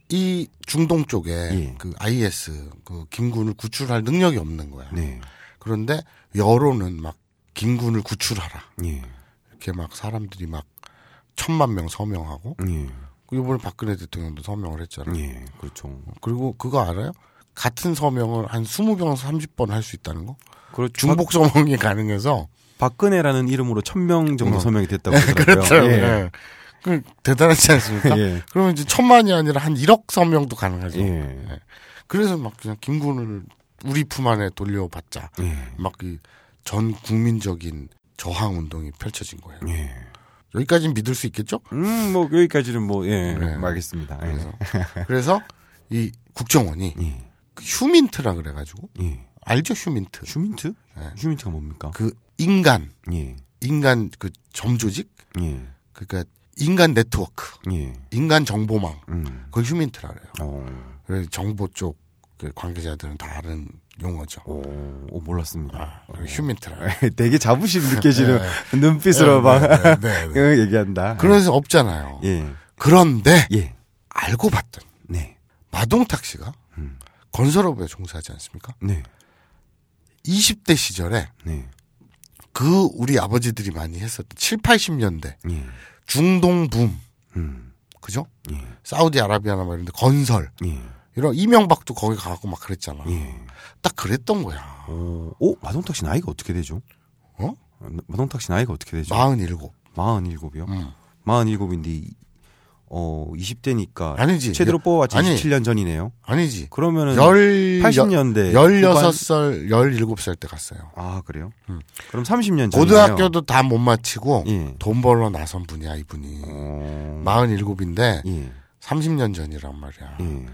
Speaker 4: 이 중동 쪽에
Speaker 2: 예.
Speaker 4: 그 IS 그 김군을 구출할 능력이 없는 거야.
Speaker 2: 네.
Speaker 4: 그런데 여론은 막 김군을 구출하라
Speaker 2: 예.
Speaker 4: 이렇게 막 사람들이 막 천만 명 서명하고
Speaker 2: 예.
Speaker 4: 그 이번에 박근혜 대통령도 서명을 했잖아. 요
Speaker 2: 예. 그렇죠.
Speaker 4: 그리고 그거 알아요? 같은 서명을 한 20병 30번 할 수 있다는 거?
Speaker 2: 그렇죠.
Speaker 4: 중복 서명이 가능해서
Speaker 2: 박근혜라는 이름으로 천 명 정도
Speaker 4: 어.
Speaker 2: 서명이 됐다고 그러더라고요.
Speaker 4: 그렇더라고요.
Speaker 2: 예.
Speaker 4: 예. 그 대단하지 않습니까?
Speaker 2: 예.
Speaker 4: 그러면 이제 천만이 아니라 한 1억 서명도 가능하죠.
Speaker 2: 예.
Speaker 4: 그래서 막 그냥 김군을 우리 품 안에 돌려받자.
Speaker 2: 예.
Speaker 4: 막 그 전 국민적인 저항 운동이 펼쳐진 거예요.
Speaker 2: 예.
Speaker 4: 여기까지는 믿을 수 있겠죠?
Speaker 2: 음, 뭐 여기까지는 뭐 예.
Speaker 4: 네.
Speaker 2: 알겠습니다. 예.
Speaker 4: 그래서 그래서 이 국정원이
Speaker 2: 예.
Speaker 4: 그 휴민트라 그래가지고
Speaker 2: 예.
Speaker 4: 알죠 휴민트?
Speaker 2: 휴민트?
Speaker 4: 예.
Speaker 2: 휴민트가 뭡니까?
Speaker 4: 그 인간
Speaker 2: 예.
Speaker 4: 인간 그 점조직
Speaker 2: 예.
Speaker 4: 그러니까 인간 네트워크
Speaker 2: 예.
Speaker 4: 인간 정보망
Speaker 2: 음.
Speaker 4: 그걸 휴민트라 그래요.
Speaker 2: 어.
Speaker 4: 그래서 정보 쪽그 관계자들은 다 아는 용어죠.
Speaker 2: 오, 오, 몰랐습니다.
Speaker 4: 아, 그리고 휴민트라. 그래요.
Speaker 2: 되게 자부심 느껴지는 눈빛으로 네. 막
Speaker 4: 네, 네, 네.
Speaker 2: 응, 얘기한다.
Speaker 4: 그래서 없잖아요.
Speaker 2: 예.
Speaker 4: 그런데
Speaker 2: 예.
Speaker 4: 알고 봤더니
Speaker 2: 네.
Speaker 4: 마동탁 씨가
Speaker 2: 음.
Speaker 4: 건설업에 종사하지 않습니까?
Speaker 2: 네.
Speaker 4: 20대 시절에
Speaker 2: 네.
Speaker 4: 그 우리 아버지들이 많이 했었던 7, 80년대
Speaker 2: 예.
Speaker 4: 중동 붐
Speaker 2: 음.
Speaker 4: 그죠?
Speaker 2: 예.
Speaker 4: 사우디아라비아나 막 이런데 건설
Speaker 2: 예.
Speaker 4: 이런 이명박도 거기 가고 막 그랬잖아.
Speaker 2: 예.
Speaker 4: 딱 그랬던 거야.
Speaker 2: 오, 오, 마동탁 씨 나이가 어떻게 되죠?
Speaker 4: 어?
Speaker 2: 마동탁 씨 나이가 어떻게 되죠?
Speaker 4: 47.
Speaker 2: 47이요?
Speaker 4: 음.
Speaker 2: 47인데 어, 20대니까
Speaker 4: 아니지.
Speaker 2: 최대로
Speaker 4: 여-
Speaker 2: 뽑아봤지
Speaker 4: 예, 아니.
Speaker 2: 27년 전이네요.
Speaker 4: 아니지.
Speaker 2: 그러면은
Speaker 4: 열
Speaker 2: 80년대
Speaker 4: 16살, 17살 때 갔어요.
Speaker 2: 아, 그래요? 그럼 30년 전이네요.
Speaker 4: 고등학교도 다 못 마치고
Speaker 2: 예.
Speaker 4: 돈 벌러 나선 분이야, 이분이.
Speaker 2: 어,
Speaker 4: 47인데
Speaker 2: 예.
Speaker 4: 30년 전이란 말이야.
Speaker 2: 예.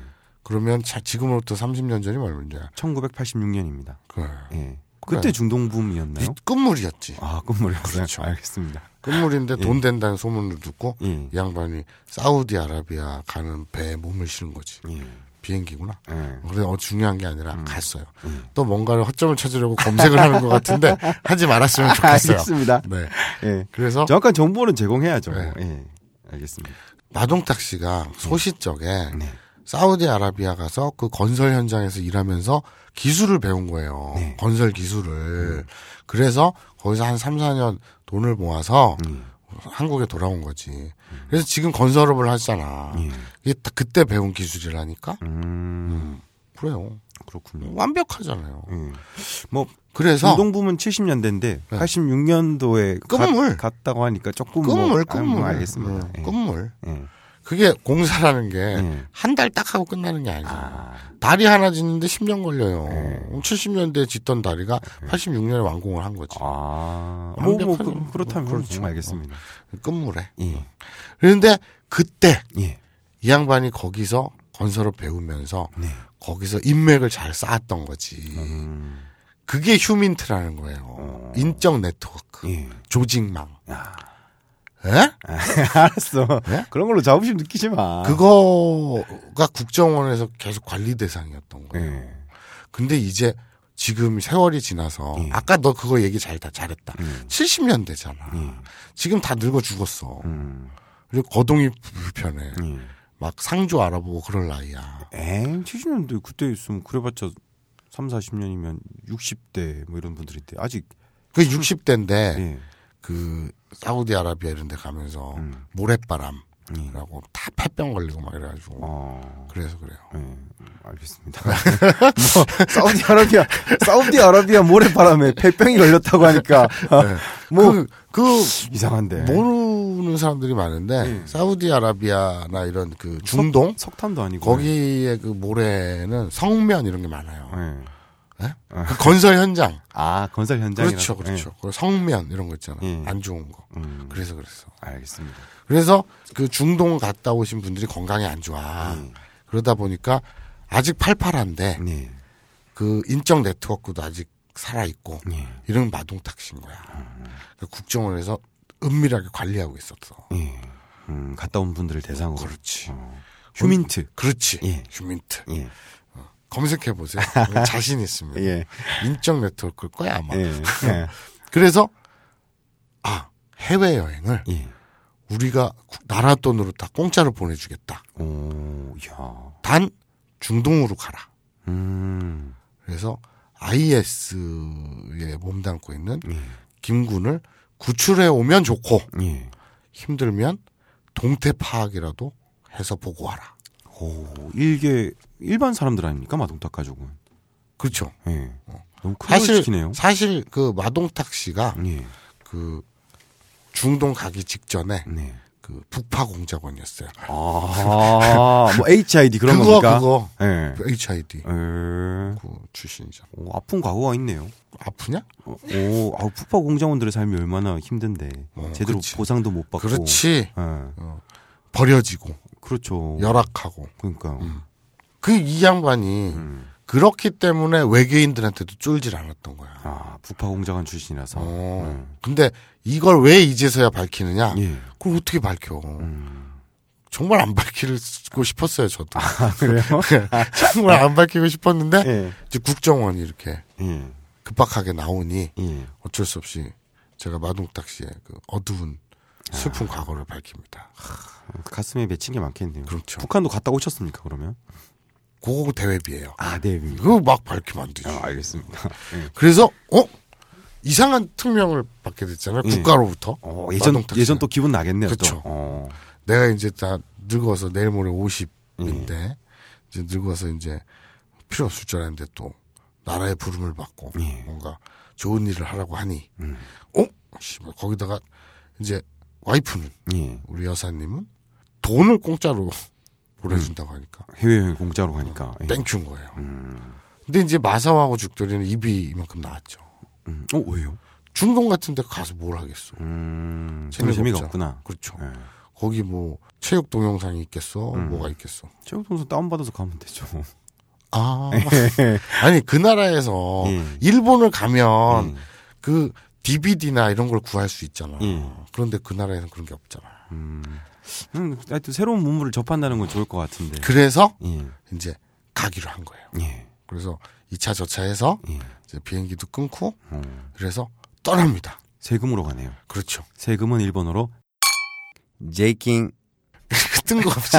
Speaker 4: 그러면 자, 지금으로부터 30년 전이 얼마냐.
Speaker 2: 1986년입니다.
Speaker 4: 그
Speaker 2: 예. 그때 중동붐이었나요?
Speaker 4: 끝물이었지.
Speaker 2: 아, 끝물이었어요.
Speaker 4: 그렇죠.
Speaker 2: 알겠습니다.
Speaker 4: 끝물인데 돈 된다는 소문을 듣고
Speaker 2: 예.
Speaker 4: 이 양반이 사우디아라비아 가는 배에 몸을 실은 거지.
Speaker 2: 예.
Speaker 4: 비행기구나.
Speaker 2: 예.
Speaker 4: 그래 어, 중요한 게 아니라
Speaker 2: 음.
Speaker 4: 갔어요. 또 뭔가를 허점을 찾으려고 검색을 하는 것 같은데 하지 말았으면 좋겠어요.
Speaker 2: 알겠습니다.
Speaker 4: 네.
Speaker 2: 예.
Speaker 4: 그래서
Speaker 2: 정확한 정보는 제공해야죠.
Speaker 4: 네.
Speaker 2: 예. 알겠습니다.
Speaker 4: 마동탁
Speaker 2: 네.
Speaker 4: 씨가 소시적에 사우디아라비아 가서 그 건설 현장에서 일하면서 기술을 배운 거예요.
Speaker 2: 네.
Speaker 4: 건설 기술을.
Speaker 2: 음.
Speaker 4: 그래서 거기서 한 3, 4년 돈을 모아서
Speaker 2: 음.
Speaker 4: 한국에 돌아온 거지. 그래서 지금 건설업을 하잖아. 이게 다 그때 배운 기술이라니까?
Speaker 2: 예. 음.
Speaker 4: 그래요.
Speaker 2: 그렇군요.
Speaker 4: 완벽하잖아요.
Speaker 2: 예. 뭐
Speaker 4: 그래서 네.
Speaker 2: 중동붐은 70년대인데 86년도에
Speaker 4: 끝물.
Speaker 2: 갔다고 하니까 조금 뭐,
Speaker 4: 끝물,
Speaker 2: 아, 뭐
Speaker 4: 끝물.
Speaker 2: 알겠습니다.
Speaker 4: 음,
Speaker 2: 예.
Speaker 4: 끝물. 네.
Speaker 2: 예.
Speaker 4: 그게 공사라는 게
Speaker 2: 예.
Speaker 4: 한 달 딱 하고 끝나는 게 아니잖아. 다리 하나 짓는데 10년 걸려요. 음, 70년대에 짓던 다리가 86년에 완공을 한 거지.
Speaker 2: 아, 뭐, 뭐
Speaker 4: 완벽한-
Speaker 2: 그, 그렇다면
Speaker 4: 뭐, 그렇죠.
Speaker 2: 음, 알겠습니다.
Speaker 4: 끝물에.
Speaker 2: 예,
Speaker 4: 그런데 그때
Speaker 2: 예,
Speaker 4: 이 양반이 거기서 건설업 배우면서
Speaker 2: 네.
Speaker 4: 거기서 인맥을 잘 쌓았던 거지.
Speaker 2: 음,
Speaker 4: 그게 휴민트라는 거예요. 인적 네트워크.
Speaker 2: 예.
Speaker 4: 조직망. 예?
Speaker 2: 알았어.
Speaker 4: 네?
Speaker 2: 그런 걸로 자부심 느끼지 마.
Speaker 4: 그거가 국정원에서 계속 관리 대상이었던 거예요.
Speaker 2: 예.
Speaker 4: 근데 이제 지금 세월이 지나서
Speaker 2: 예.
Speaker 4: 아까 너 그거 얘기 잘다 잘했다.
Speaker 2: 음.
Speaker 4: 70년대잖아. 지금 다 늙어 죽었어.
Speaker 2: 예. 음,
Speaker 4: 그리고 거동이 불편해.
Speaker 2: 예.
Speaker 4: 막 상조 알아보고 그럴 나이야.
Speaker 2: 에 70년대 그때 있으면 그래봤자 3, 40년이면 60대 뭐 이런 분들인데 아직
Speaker 4: 그 60대인데
Speaker 2: 음. 예.
Speaker 4: 그 사우디아라비아 이런 데 가면서
Speaker 2: 음.
Speaker 4: 모래바람이라고 다 폐병 걸리고 막 이래가지고
Speaker 2: 예. 어.
Speaker 4: 그래서 그래요.
Speaker 2: 예. 알겠습니다. 뭐 사우디아라비아 사우디아라비아 모래바람에 폐병이 걸렸다고 하니까 아, 뭐 예.
Speaker 4: 그, 그
Speaker 2: 이상한데
Speaker 4: 모르는 사람들이 많은데 사우디아라비아나 이런 그 중동
Speaker 2: 예. 석, 탄도 아니고
Speaker 4: 거기에 그 모래는 성면 이런 게 많아요.
Speaker 2: 예.
Speaker 4: 그 건설 현장.
Speaker 2: 아 건설 현장
Speaker 4: 그렇죠, 그렇죠. 그리고 성면 이런 거 있잖아.
Speaker 2: 예.
Speaker 4: 안 좋은 거.
Speaker 2: 음.
Speaker 4: 그래서 그랬어.
Speaker 2: 알겠습니다.
Speaker 4: 그래서 그 중동 갔다 오신 분들이 건강이 안 좋아.
Speaker 2: 음.
Speaker 4: 그러다 보니까 아직 팔팔한데
Speaker 2: 네.
Speaker 4: 그 인적 네트워크도 아직 살아 있고
Speaker 2: 예.
Speaker 4: 이런 마동탁 씨인 거야.
Speaker 2: 음,
Speaker 4: 그러니까 국정원에서 은밀하게 관리하고 있었어.
Speaker 2: 예. 음, 갔다 온 분들을 대상으로
Speaker 4: 그렇지.
Speaker 2: 어. 휴민트.
Speaker 4: 그렇지.
Speaker 2: 예.
Speaker 4: 휴민트.
Speaker 2: 예.
Speaker 4: 검색해 보세요. 자신 있습니다.
Speaker 2: 예.
Speaker 4: 인적 네트워크일 거야 아마.
Speaker 2: 예.
Speaker 4: 그래서 아 해외 여행을
Speaker 2: 예.
Speaker 4: 우리가 국- 나라 돈으로 다 공짜로 보내주겠다.
Speaker 2: 오, 야.
Speaker 4: 단 중동으로 가라.
Speaker 2: 음.
Speaker 4: 그래서 IS에 몸담고 있는
Speaker 2: 예.
Speaker 4: 김군을 구출해 오면 좋고
Speaker 2: 예.
Speaker 4: 힘들면 동태 파악이라도 해서 보고하라.
Speaker 2: 오, 이게 일반 사람들 아닙니까? 마동탁 가족은.
Speaker 4: 그렇죠.
Speaker 2: 예. 너무 큰걸
Speaker 4: 사실
Speaker 2: 시키네요.
Speaker 4: 사실 그 마동탁 씨가
Speaker 2: 예.
Speaker 4: 그 중동 가기 직전에
Speaker 2: 네.
Speaker 4: 그 북파 공작원이었어요.
Speaker 2: 아, 뭐 HID 그런
Speaker 4: 그거
Speaker 2: 겁니까?
Speaker 4: 그거
Speaker 2: 예.
Speaker 4: HID
Speaker 2: 예.
Speaker 4: 그 출신이죠.
Speaker 2: 오, 아픈 과거가 있네요.
Speaker 4: 아프냐?
Speaker 2: 어, 오, 아, 푸파 공장원들의 삶이 얼마나 힘든데
Speaker 4: 어,
Speaker 2: 제대로
Speaker 4: 그렇지.
Speaker 2: 보상도 못 받고.
Speaker 4: 그렇지. 어.
Speaker 2: 예.
Speaker 4: 버려지고
Speaker 2: 그렇죠.
Speaker 4: 열악하고
Speaker 2: 그러니까요.
Speaker 4: 그 이 양반이 그렇기 때문에 외계인들한테도 쫄질 않았던 거야.
Speaker 2: 아, 부파 공작원 출신이라서.
Speaker 4: 어.
Speaker 2: 음.
Speaker 4: 근데 이걸 왜 이제서야 밝히느냐?
Speaker 2: 예. 음.
Speaker 4: 그걸 어떻게 밝혀? 정말 안 밝히고 싶었어요, 저도.
Speaker 2: 그래요?
Speaker 4: 정말 안 밝히고 싶었는데
Speaker 2: 아. 예.
Speaker 4: 이제 국정원이 이렇게
Speaker 2: 예.
Speaker 4: 급박하게 나오니
Speaker 2: 예.
Speaker 4: 어쩔 수 없이 제가 마동탁 씨의 그 어두운 슬픈
Speaker 2: 아.
Speaker 4: 과거를 밝힙니다. 아,
Speaker 2: 가슴에 맺힌 게 많겠네요.
Speaker 4: 그렇죠.
Speaker 2: 북한도 갔다 오셨습니까, 그러면?
Speaker 4: 그거 대회비예요.
Speaker 2: 아, 네.
Speaker 4: 그거 막 밝히면 안 되죠.
Speaker 2: 아, 알겠습니다. 예.
Speaker 4: 그래서 어 이상한 특명을 받게 됐잖아요. 국가로부터.
Speaker 2: 음. 어, 예전,
Speaker 4: 마동탁
Speaker 2: 예전
Speaker 4: 씨는.
Speaker 2: 또 기분 나겠네요,
Speaker 4: 그렇죠.
Speaker 2: 또. 어.
Speaker 4: 내가 이제 다 늙어서 내일 모레 50인데
Speaker 2: 음.
Speaker 4: 이제 늙어서 이제 필요 없을 줄 알았는데 또 나라의 부름을 받고
Speaker 2: 예.
Speaker 4: 뭔가 좋은 일을 하라고 하니
Speaker 2: 음.
Speaker 4: 어? 씨발 거기다가 이제 와이프는
Speaker 2: 예.
Speaker 4: 우리 여사님은 돈을 공짜로 보내준다고 하니까
Speaker 2: 해외여행 공짜로 가니까. 음. 예.
Speaker 4: 땡큐인 거예요. 근데 이제 마사오하고 죽돌이는 입이 이만큼 나왔죠.
Speaker 2: 음. 어, 왜요?
Speaker 4: 중동 같은 데 가서 뭘 하겠어.
Speaker 2: 음.
Speaker 4: 재미가
Speaker 2: 재미가,
Speaker 4: 없잖아.
Speaker 2: 없구나.
Speaker 4: 그렇죠.
Speaker 2: 예. 음.
Speaker 4: 거기 뭐 체육 동영상이 있겠어? 뭐가 있겠어?
Speaker 2: 체육 동선 다운받아서 가면 되죠.
Speaker 4: 아. 아니 그 나라에서
Speaker 2: 예.
Speaker 4: 일본을 가면
Speaker 2: 음.
Speaker 4: 그 DVD나 이런 걸 구할 수 있잖아.
Speaker 2: 예.
Speaker 4: 그런데 그 나라에는 그런 게 없잖아.
Speaker 2: 음, 하여튼 새로운 문물을 접한다는 건 좋을 것 같은데.
Speaker 4: 그래서
Speaker 2: 예.
Speaker 4: 이제 가기로 한 거예요.
Speaker 2: 예.
Speaker 4: 그래서 이 차 저 차해서
Speaker 2: 예.
Speaker 4: 이제 비행기도 끊고
Speaker 2: 음.
Speaker 4: 그래서 떠납니다.
Speaker 2: 세금으로 가네요.
Speaker 4: 그렇죠.
Speaker 2: 세금은 일본어로 제이킹.
Speaker 4: 그 뜬금없이.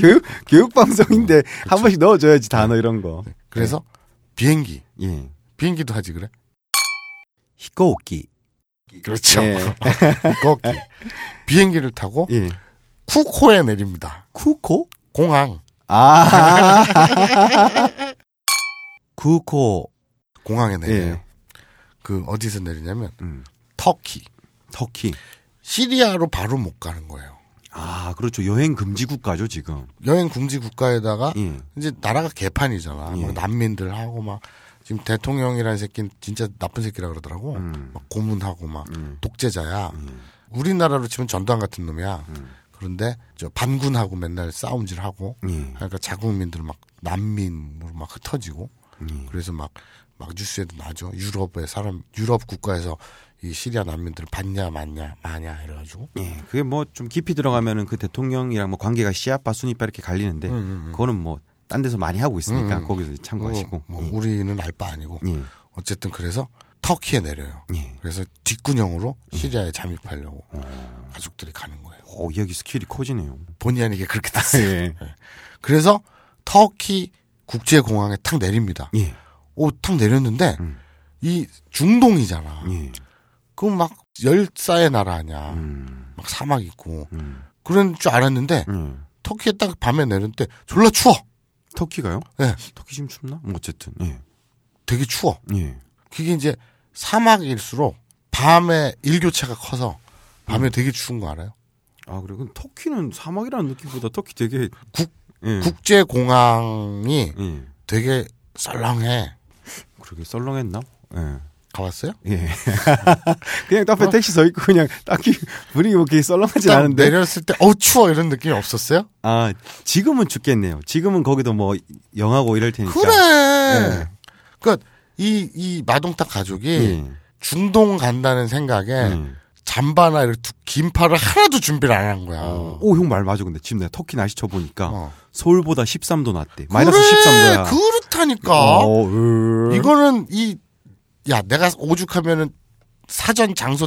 Speaker 2: 교육 교육 방송인데 한 번씩 넣어줘야지 단어 이런 거.
Speaker 4: 네. 그래서 비행기.
Speaker 2: 아, 예.
Speaker 4: 비행기도 하지 그래?
Speaker 2: 히코오키.
Speaker 4: 그렇죠.
Speaker 2: 예.
Speaker 4: 거기 비행기를 타고
Speaker 2: 예.
Speaker 4: 쿠코에 내립니다.
Speaker 2: 쿠코?
Speaker 4: 공항.
Speaker 2: 아. 쿠코.
Speaker 4: 공항에 내려요.
Speaker 2: 예.
Speaker 4: 그 어디서 내리냐면
Speaker 2: 음.
Speaker 4: 터키.
Speaker 2: 터키.
Speaker 4: 시리아로 바로 못 가는 거예요.
Speaker 2: 아, 그렇죠. 여행 금지 국가죠, 지금.
Speaker 4: 여행 금지 국가에다가
Speaker 2: 예.
Speaker 4: 이제 나라가 개판이잖아.
Speaker 2: 예.
Speaker 4: 막 난민들 하고 막 지금 대통령이라는 새끼는 진짜 나쁜 새끼라 그러더라고.
Speaker 2: 음.
Speaker 4: 막 고문하고 막
Speaker 2: 음. 음.
Speaker 4: 독재자야. 우리나라로 치면 전두환 같은 놈이야. 그런데 저 반군하고 맨날 싸움질하고
Speaker 2: 예.
Speaker 4: 그러니까 자국민들 막 난민으로 막 흩어지고
Speaker 2: 예.
Speaker 4: 그래서 막, 막 뉴스에도 나죠. 유럽의 사람, 유럽 국가에서 이 시리아 난민들을 받냐, 맞냐, 마냐, 이래가지고.
Speaker 2: 예. 그게 뭐 좀 깊이 들어가면은 그 대통령이랑 뭐 관계가 시아빠 순이빠 이렇게 갈리는데 그거는 뭐 딴 데서 많이 하고 있으니까
Speaker 4: 음, 음.
Speaker 2: 거기서 참고하시고. 음.
Speaker 4: 뭐, 뭐 우리는 알 바 아니고.
Speaker 2: 예. 예.
Speaker 4: 어쨌든 그래서 터키에 내려요.
Speaker 2: 예.
Speaker 4: 그래서 뒷군형으로
Speaker 2: 음.
Speaker 4: 시리아에 잠입하려고
Speaker 2: 어.
Speaker 4: 가족들이 가는 거예요.
Speaker 2: 오, 어, 이야기 스킬이 커지네요.
Speaker 4: 본의 아니게 그렇게 됐어요.
Speaker 2: 예.
Speaker 4: 그래서 터키 국제공항에 탁 내립니다.
Speaker 2: 예.
Speaker 4: 오, 탁 내렸는데,
Speaker 2: 음.
Speaker 4: 이 중동이잖아.
Speaker 2: 예.
Speaker 4: 그럼 막 열사의 나라 아니야.
Speaker 2: 음.
Speaker 4: 막 사막 있고.
Speaker 2: 음.
Speaker 4: 그런 줄 알았는데,
Speaker 2: 음.
Speaker 4: 터키에 딱 밤에 내렸는데 졸라 추워.
Speaker 2: 터키가요?
Speaker 4: 예.
Speaker 2: 터키 지금 춥나? 뭐 어쨌든. 예.
Speaker 4: 되게 추워.
Speaker 2: 예.
Speaker 4: 그게 이제 사막일수록 밤에 일교차가 커서
Speaker 2: 음.
Speaker 4: 밤에 되게 추운 거 알아요?
Speaker 2: 아, 그래. 그럼 터키는 사막이라는 느낌보다 터키 되게
Speaker 4: 국-
Speaker 2: 예.
Speaker 4: 국제 공항이
Speaker 2: 예.
Speaker 4: 되게 썰렁해.
Speaker 2: 그러게 썰렁했나? 예.
Speaker 4: 가봤어요?
Speaker 2: 예. 그냥 앞에 택시 서 있고 그냥 딱히 분위기 뭐 그렇게 썰렁하진
Speaker 4: 어? 딱
Speaker 2: 않은데.
Speaker 4: 내렸을 때 어 추워 이런 느낌이 없었어요?
Speaker 2: 아, 지금은 죽겠네요. 지금은 거기도 뭐 영하고 이럴 테니까.
Speaker 4: 그래.
Speaker 2: 예.
Speaker 4: 그러니까 이 이 마동탁 가족이
Speaker 2: 예.
Speaker 4: 중동 간다는 생각에
Speaker 2: 예.
Speaker 4: 잠바나 이렇게 두- 긴 팔을 하나도 준비를 안 한 거야.
Speaker 2: 오, 형 말 맞아. 근데 지금 내가 터키 날씨 쳐 보니까
Speaker 4: 아. 어.
Speaker 2: 서울보다 13도 낮대. 마이너스
Speaker 4: 그래, 예.
Speaker 2: 13도야.
Speaker 4: 그렇다니까.
Speaker 2: 어, 으.
Speaker 4: 이거는 이, 야, 내가 오죽하면은 사전 장소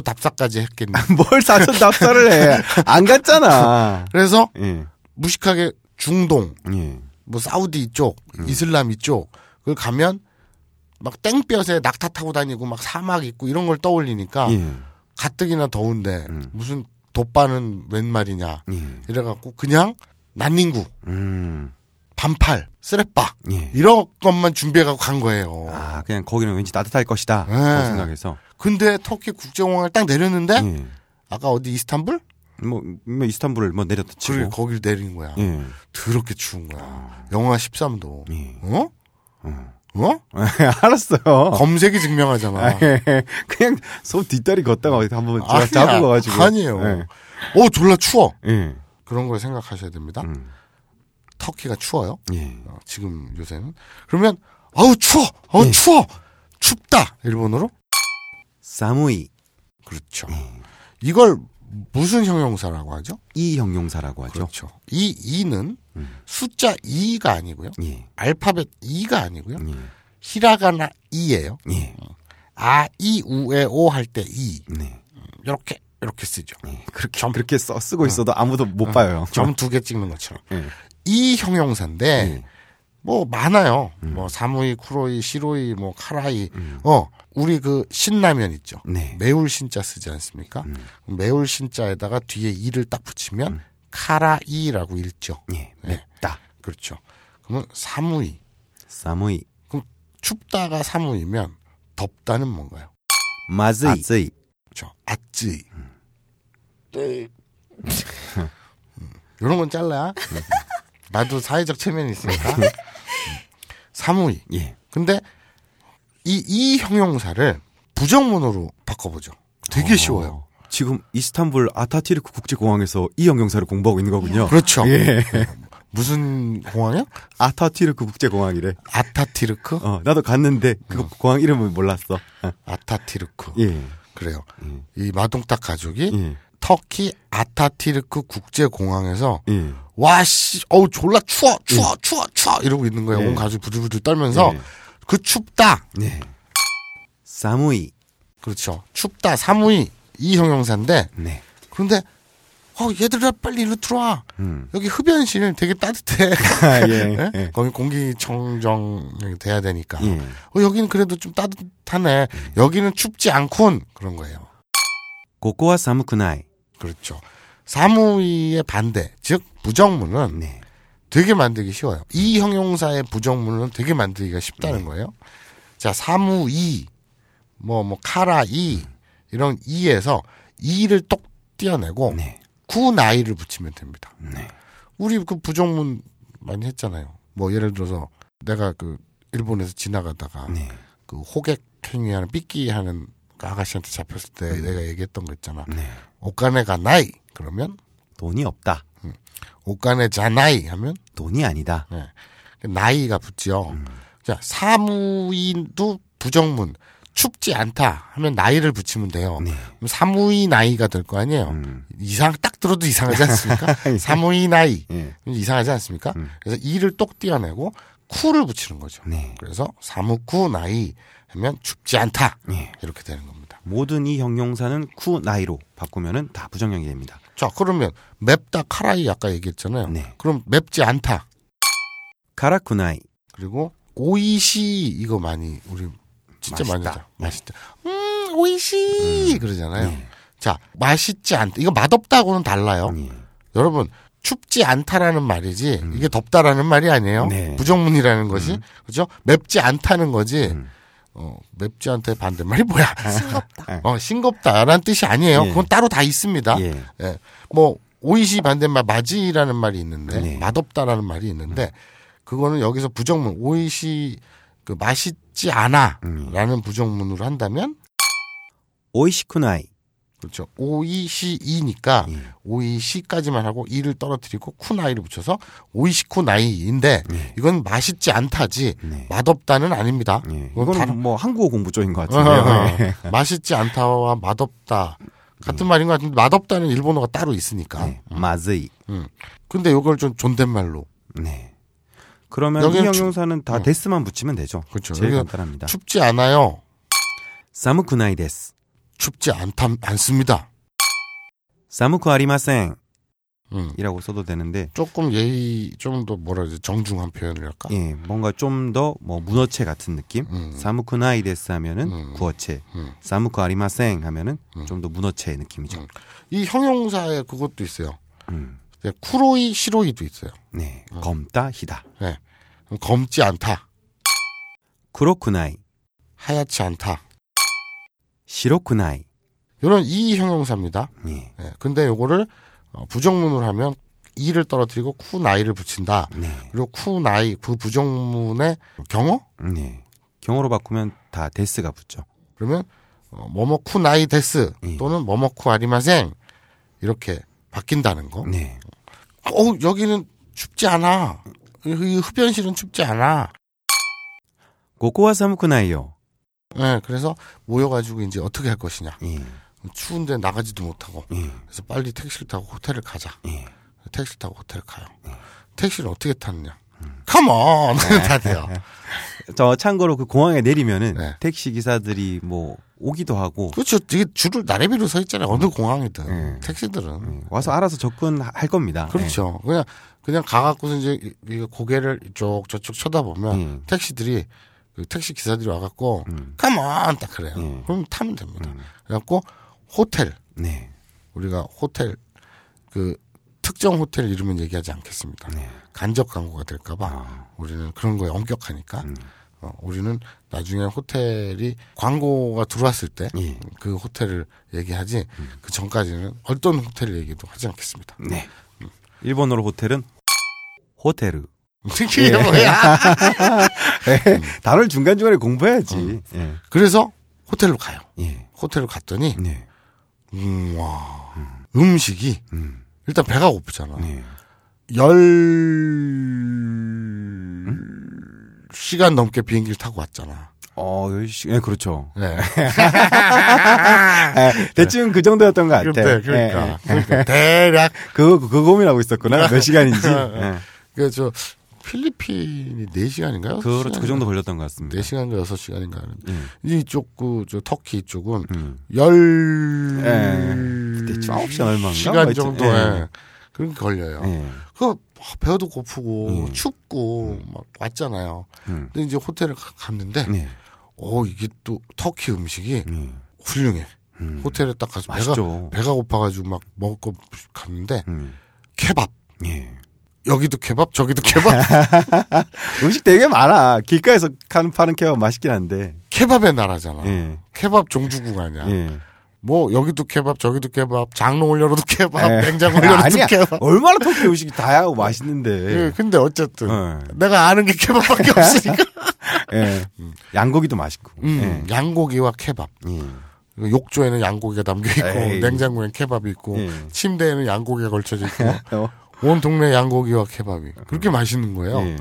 Speaker 4: 답사까지 했겠네.
Speaker 2: 뭘 사전 답사를 해. 안 갔잖아.
Speaker 4: 그래서
Speaker 2: 예.
Speaker 4: 무식하게 중동,
Speaker 2: 예.
Speaker 4: 뭐 사우디 이쪽,
Speaker 2: 음.
Speaker 4: 이슬람 이쪽, 그걸 가면 막 땡볕에 낙타 타고 다니고 막 사막 있고 이런 걸 떠올리니까
Speaker 2: 예.
Speaker 4: 가뜩이나 더운데
Speaker 2: 음.
Speaker 4: 무슨 돗바는 웬 말이냐.
Speaker 2: 예.
Speaker 4: 이래갖고 그냥 난닝구,
Speaker 2: 음.
Speaker 4: 반팔, 쓰레빠,
Speaker 2: 예.
Speaker 4: 이런 것만 준비해갖고 간 거예요.
Speaker 2: 아, 그냥 거기는 왠지 따뜻할 것이다.
Speaker 4: 예.
Speaker 2: 라고 생각해서.
Speaker 4: 근데 터키 국제공항을 딱 내렸는데
Speaker 2: 예.
Speaker 4: 아까 어디 이스탄불?
Speaker 2: 뭐, 뭐 이스탄불을 뭐 내렸다
Speaker 4: 그래
Speaker 2: 치고.
Speaker 4: 거길 내린 거야.
Speaker 2: 예. 아.
Speaker 4: 더럽게 추운 거야. 영하 13도.
Speaker 2: 예.
Speaker 4: 어?
Speaker 2: 음.
Speaker 4: 어?
Speaker 2: 알았어요.
Speaker 4: 검색이 증명하잖아.
Speaker 2: 예. 그냥 손 뒷다리 걷다가 어디 한번
Speaker 4: 아니야.
Speaker 2: 잡은 거 가지고.
Speaker 4: 아니에요.
Speaker 2: 예.
Speaker 4: 어, 졸라 추워.
Speaker 2: 예.
Speaker 4: 그런 걸 생각하셔야 됩니다.
Speaker 2: 음.
Speaker 4: 터키가 추워요.
Speaker 2: 예.
Speaker 4: 어, 지금 요새는. 그러면 아우 추워. 아우
Speaker 2: 예.
Speaker 4: 추워. 춥다. 일본어로?
Speaker 2: 사무이
Speaker 4: 그렇죠.
Speaker 2: 예.
Speaker 4: 이걸 무슨 형용사라고 하죠? 그렇죠.
Speaker 2: 이 형용사라고 하죠. 음.
Speaker 4: 이 이는 숫자 2가 아니고요.
Speaker 2: 예.
Speaker 4: 알파벳 2가 아니고요.
Speaker 2: 예.
Speaker 4: 히라가나 2예요.
Speaker 2: 예.
Speaker 4: 아, 이, 우, 에, 오 할 때 E. 이.
Speaker 2: 네.
Speaker 4: 이렇게 이렇게 쓰죠.
Speaker 2: 그렇게 그렇게 써, 쓰고 있어도 아무도 못 봐요.
Speaker 4: 점 두 개 네, 찍는 것처럼.
Speaker 2: 예.
Speaker 4: 이 형용사인데
Speaker 2: 예.
Speaker 4: 뭐 많아요. 뭐 사무이, 쿠로이, 시로이, 뭐 카라이. 어, 우리 그 신라면 있죠.
Speaker 2: 네.
Speaker 4: 매울 신자 쓰지 않습니까? 매울 신자에다가 뒤에 이를 딱 붙이면 카라이라고 읽죠.
Speaker 2: 예.
Speaker 4: 예.
Speaker 2: 맵다.
Speaker 4: 그렇죠. 그러면 사무이.
Speaker 2: 사무이
Speaker 4: 그럼 춥다가 사무이면 덥다는 뭔가요?
Speaker 2: 마즈이. 아즈이.
Speaker 4: 그렇죠. 아쯔이.
Speaker 2: 음.
Speaker 4: 이런 네. 음. 건 잘라. 나도 사회적 체면이 있으니까. 음. 사무이.
Speaker 2: 예.
Speaker 4: 근데 이, 이 형용사를 부정문으로 바꿔보죠.
Speaker 2: 어.
Speaker 4: 되게 쉬워요.
Speaker 2: 지금 이스탄불 아타티르크 국제공항에서 이 형용사를 공부하고 있는 거군요.
Speaker 4: 그렇죠.
Speaker 2: 예.
Speaker 4: 무슨 공항이야?
Speaker 2: 아타튀르크 국제공항이래.
Speaker 4: 아타티르크?
Speaker 2: 어, 나도 갔는데 그 공항 이름을 몰랐어. 어,
Speaker 4: 아타티르크.
Speaker 2: 예.
Speaker 4: 그래요.
Speaker 2: 음.
Speaker 4: 이 마동탁 가족이
Speaker 2: 예.
Speaker 4: 터키 아타티르크 국제공항에서
Speaker 2: 예.
Speaker 4: 와, 씨, 어우, 졸라 추워, 추워, 추워, 추워, 이러고 있는 거예요.
Speaker 2: 네.
Speaker 4: 온 가족이 부들부들 떨면서,
Speaker 2: 네.
Speaker 4: 그 춥다,
Speaker 2: 네. 사무이.
Speaker 4: 그렇죠. 춥다, 사무이, 이 형용사인데,
Speaker 2: 네.
Speaker 4: 그런데, 어, 얘들아, 빨리 일로 들어와.
Speaker 2: 음.
Speaker 4: 여기 흡연실 되게 따뜻해.
Speaker 2: 아, 예.
Speaker 4: 예?
Speaker 2: 예.
Speaker 4: 거기 공기청정이 돼야 되니까.
Speaker 2: 예.
Speaker 4: 어, 여기는 그래도 좀 따뜻하네. 여기는 춥지 않군. 그런 거예요.
Speaker 2: 고코와 사무쿠나이.
Speaker 4: 그렇죠. 사무이의 반대, 즉, 부정문은
Speaker 2: 네.
Speaker 4: 되게 만들기 쉬워요. 이 형용사의 부정문은 되게 만들기가
Speaker 2: 네.
Speaker 4: 쉽다는 거예요. 자, 사무이, 뭐, 뭐, 카라이, 이런 이에서 이를 똑 떼어내고,
Speaker 2: 네.
Speaker 4: 구나이를 붙이면 됩니다.
Speaker 2: 네.
Speaker 4: 우리 그 부정문 많이 했잖아요. 뭐, 예를 들어서 내가 그, 일본에서 지나가다가,
Speaker 2: 네.
Speaker 4: 그 호객 행위하는 삐끼 하는 그 아가씨한테 잡혔을 때 내가 얘기했던 거 있잖아.
Speaker 2: 음. 네.
Speaker 4: 옷간에가 나이 그러면
Speaker 2: 돈이 없다.
Speaker 4: 옷간에 자나이 하면
Speaker 2: 돈이 아니다.
Speaker 4: 네. 나이가 붙지요.
Speaker 2: 음.
Speaker 4: 자 사무인도 부정문 춥지 않다 하면 나이를 붙이면 돼요.
Speaker 2: 네.
Speaker 4: 그럼 사무이 나이가 될 거 아니에요.
Speaker 2: 음.
Speaker 4: 이상 딱 들어도 이상하지 않습니까? 사무이 나이
Speaker 2: 예. 음.
Speaker 4: 이상하지 않습니까? 그래서 이를 똑 떼어내고 쿠를 붙이는 거죠.
Speaker 2: 네.
Speaker 4: 그래서 사무쿠 나이 하면 춥지 않다
Speaker 2: 예.
Speaker 4: 이렇게 되는 겁니다.
Speaker 2: 모든 이 형용사는 쿠나이로 바꾸면은 다 부정형이 됩니다.
Speaker 4: 자 그러면 맵다 카라이 아까 얘기했잖아요.
Speaker 2: 네.
Speaker 4: 그럼 맵지 않다.
Speaker 2: 카라쿠나이.
Speaker 4: 그리고 오이시 이거 많이 우리 진짜 많이
Speaker 2: 맛있다.
Speaker 4: 하죠. 맛있다. 음 오이시 그러잖아요.
Speaker 2: 네.
Speaker 4: 자 맛있지 않다. 이거 맛없다고는 달라요.
Speaker 2: 예.
Speaker 4: 여러분 춥지 않다라는 말이지 이게 덥다라는 말이 아니에요.
Speaker 2: 음. 네. 음.
Speaker 4: 부정문이라는 것이 그렇죠. 맵지 않다는 거지. 어 맵지 않다의 반대말이 뭐야?
Speaker 1: 싱겁다.
Speaker 4: 어 싱겁다라는 뜻이 아니에요.
Speaker 2: 예.
Speaker 4: 그건 따로 다 있습니다.
Speaker 2: 예.
Speaker 4: 예. 뭐 오이시 반대말 마지라는 말이 있는데
Speaker 2: 네. 음.
Speaker 4: 맛없다라는 말이 있는데 그거는 여기서 부정문 오이시 그 맛있지 않아라는
Speaker 2: 음.
Speaker 4: 부정문으로 한다면
Speaker 2: 오이시쿠나이.
Speaker 4: 그렇죠 오이시이니까
Speaker 2: 예.
Speaker 4: 오이시까지만 하고 이를 떨어뜨리고 쿠나이를 붙여서 오이시쿠나이인데
Speaker 2: 예.
Speaker 4: 이건 맛있지 않다지
Speaker 2: 네.
Speaker 4: 맛없다는 아닙니다.
Speaker 2: 예.
Speaker 4: 그건
Speaker 2: 이건
Speaker 4: 아? 다른-
Speaker 2: 뭐 한국어 공부조인 것 같은데요. 예. 음.
Speaker 4: 맛있지 않다와 맛없다 같은 말인 것 같은데 맛없다는 일본어가 따로 있으니까.
Speaker 2: 네. 마즈이.
Speaker 4: 근데 이걸 좀 존댓말로
Speaker 2: 네. 그러면 이
Speaker 4: 여기는
Speaker 2: 형용사는 다
Speaker 4: 음.
Speaker 2: 데스만 붙이면 되죠.
Speaker 4: 그렇죠.
Speaker 2: 제일
Speaker 4: 여기는
Speaker 2: 간단합니다.
Speaker 4: 춥지 않아요.
Speaker 2: 사무쿠나이 데스.
Speaker 4: 춥지 않다 않습니다.
Speaker 2: 사무쿠 아리마센.
Speaker 4: 음.
Speaker 2: 이라고 써도 되는데
Speaker 4: 조금 예의 좀 더 뭐라 그러지 정중한 표현이랄까.
Speaker 2: 예, 뭔가 좀 더 뭐 문어체 같은 느낌.
Speaker 4: 음.
Speaker 2: 사무쿠나이 데스 하면은
Speaker 4: 음.
Speaker 2: 구어체.
Speaker 4: 음.
Speaker 2: 사무쿠 아리마센 하면은 좀 더 문어체 느낌이죠.
Speaker 4: 이 형용사에 그것도 있어요.
Speaker 2: 음.
Speaker 4: 네, 쿠로이 시로이도 있어요.
Speaker 2: 네.
Speaker 4: 음.
Speaker 2: 검다 히다.
Speaker 4: 네. 그럼 검지 않다,
Speaker 2: 쿠로쿠나이.
Speaker 4: 하얗지 않다
Speaker 2: 시로쿠나이.
Speaker 4: 이런 이 형용사입니다.
Speaker 2: 예.
Speaker 4: 네. 근데 요거를 어, 부정문으로 하면 이를 떨어뜨리고 쿠나이를 붙인다.
Speaker 2: 네.
Speaker 4: 그리고 쿠나이 그 부정문의 경어
Speaker 2: 네. 경어로 바꾸면 다 데스가 붙죠.
Speaker 4: 그러면 어, 뭐뭐 쿠나이 데스
Speaker 2: 예.
Speaker 4: 또는 뭐뭐 쿠 아리마생 이렇게 바뀐다는 거.
Speaker 2: 네.
Speaker 4: 어 여기는 춥지 않아. 이 흡연실은 춥지 않아.
Speaker 2: 고코와 사무쿠나이요.
Speaker 4: 예, 그래서 모여가지고 이제 어떻게 할 것이냐.
Speaker 2: 예.
Speaker 4: 추운데 나가지도 못하고.
Speaker 2: 예.
Speaker 4: 그래서 빨리 택시를 타고 호텔을 가자.
Speaker 2: 예.
Speaker 4: 택시 타고 호텔 가요. 택시를 어떻게 탔느냐. 컴온! 다들.
Speaker 2: 예. 저 참고로 그 공항에 내리면은
Speaker 4: 네.
Speaker 2: 택시 기사들이 뭐 오기도 하고
Speaker 4: 그렇죠. 이게 줄을 나래비로 서 있잖아요. 어느 공항이든.
Speaker 2: 예.
Speaker 4: 택시들은.
Speaker 2: 예, 와서 알아서 접근할 겁니다.
Speaker 4: 그렇죠.
Speaker 2: 네.
Speaker 4: 그냥 그냥 가갖고서 이제 이- 이 고개를 이쪽 저쪽 쳐다보면
Speaker 2: 음.
Speaker 4: 택시들이 그 택시 기사들이 와갖고
Speaker 2: 음.
Speaker 4: 가만 딱 그래요.
Speaker 2: 음.
Speaker 4: 그럼 타면 됩니다. 그래갖고 호텔
Speaker 2: 예. 네.
Speaker 4: 우리가 호텔 그 특정 호텔 이름은 얘기하지 않겠습니다.
Speaker 2: 네. 아.
Speaker 4: 간접 광고가 될까봐 우리는 그런 거에 엄격하니까
Speaker 2: 음.
Speaker 4: 어, 우리는 나중에 호텔이 광고가 들어왔을 때 그
Speaker 2: 예. 음.
Speaker 4: 호텔을 얘기하지 그 전까지는 어떤 호텔 얘기도 하지 않겠습니다.
Speaker 2: 네. 일본어로 호텔은 호테르.
Speaker 4: 이게 뭐야? 네.
Speaker 2: 음. 단어를 중간중간에
Speaker 4: 음.
Speaker 2: 공부해야지. 예.
Speaker 4: 그래서 호텔로 가요.
Speaker 2: 예.
Speaker 4: 호텔로 갔더니
Speaker 2: 네.
Speaker 4: 음, 와 음식이
Speaker 2: 음.
Speaker 4: 일단 배가 고프잖아.
Speaker 2: 네.
Speaker 4: 열 시간 넘게 비행기를 타고 왔잖아.
Speaker 2: 어, 열시- 예, 그렇죠.
Speaker 4: 네.
Speaker 2: 예, 대충 그 정도였던 것 같아요.
Speaker 4: 그때
Speaker 2: 예, 예.
Speaker 4: 그러니까, 아. 그러니까 대략
Speaker 2: 그거, 그거 고민하고 있었구나. 몇 시간인지.
Speaker 4: 아.
Speaker 2: 예.
Speaker 4: 그저 필리핀이 4 시간인가요?
Speaker 2: 그렇죠. 그 정도 걸렸던 것 같습니다.
Speaker 4: 4 시간인가 6 시간인가 하는데
Speaker 2: 음.
Speaker 4: 이쪽 그저 터키 쪽은
Speaker 2: 음.
Speaker 4: 열
Speaker 2: 예. 그때 아홉 시간 얼마인가?
Speaker 4: 시간
Speaker 2: 하여튼,
Speaker 4: 정도에
Speaker 2: 예.
Speaker 4: 그렇게 걸려요.
Speaker 2: 예.
Speaker 4: 그 배도 고프고
Speaker 2: 예.
Speaker 4: 춥고 막 왔잖아요.
Speaker 2: 음.
Speaker 4: 근데 이제 호텔을 가- 갔는데
Speaker 2: 네.
Speaker 4: 어 이게 또 터키 음식이
Speaker 2: 음.
Speaker 4: 훌륭해.
Speaker 2: 음.
Speaker 4: 호텔에 딱 가서
Speaker 2: 맛있죠.
Speaker 4: 배가 배가 고파가지고 막 먹을 거 갔는데
Speaker 2: 음.
Speaker 4: 케밥
Speaker 2: 예.
Speaker 4: 여기도 케밥 저기도 케밥
Speaker 2: 음식 되게 많아. 길가에서 파는, 파는 케밥 맛있긴 한데.
Speaker 4: 케밥의 나라잖아.
Speaker 2: 예.
Speaker 4: 케밥 종주국 아니야.
Speaker 2: 예.
Speaker 4: 뭐 여기도 케밥 저기도 케밥 장롱 올려로도 케밥
Speaker 2: 예.
Speaker 4: 냉장
Speaker 2: 아,
Speaker 4: 올려로도
Speaker 2: 아니야.
Speaker 4: 케밥.
Speaker 2: 얼마나 터키 음식이 다양하고 맛있는데.
Speaker 4: 예,
Speaker 2: 예.
Speaker 4: 근데 어쨌든
Speaker 2: 예.
Speaker 4: 내가 아는 게 케밥밖에 없으니까.
Speaker 2: 양고기도 맛있고.
Speaker 4: 음, 양고기와 케밥.
Speaker 2: 예. 예.
Speaker 4: 욕조에는 양고기가 담겨 있고
Speaker 2: 에이.
Speaker 4: 냉장고에는 케밥이 있고
Speaker 2: 예.
Speaker 4: 침대에는 양고기가 걸쳐져 있고
Speaker 2: 어.
Speaker 4: 온 동네 양고기와 케밥이 그렇게 맛있는 거예요.
Speaker 2: 예.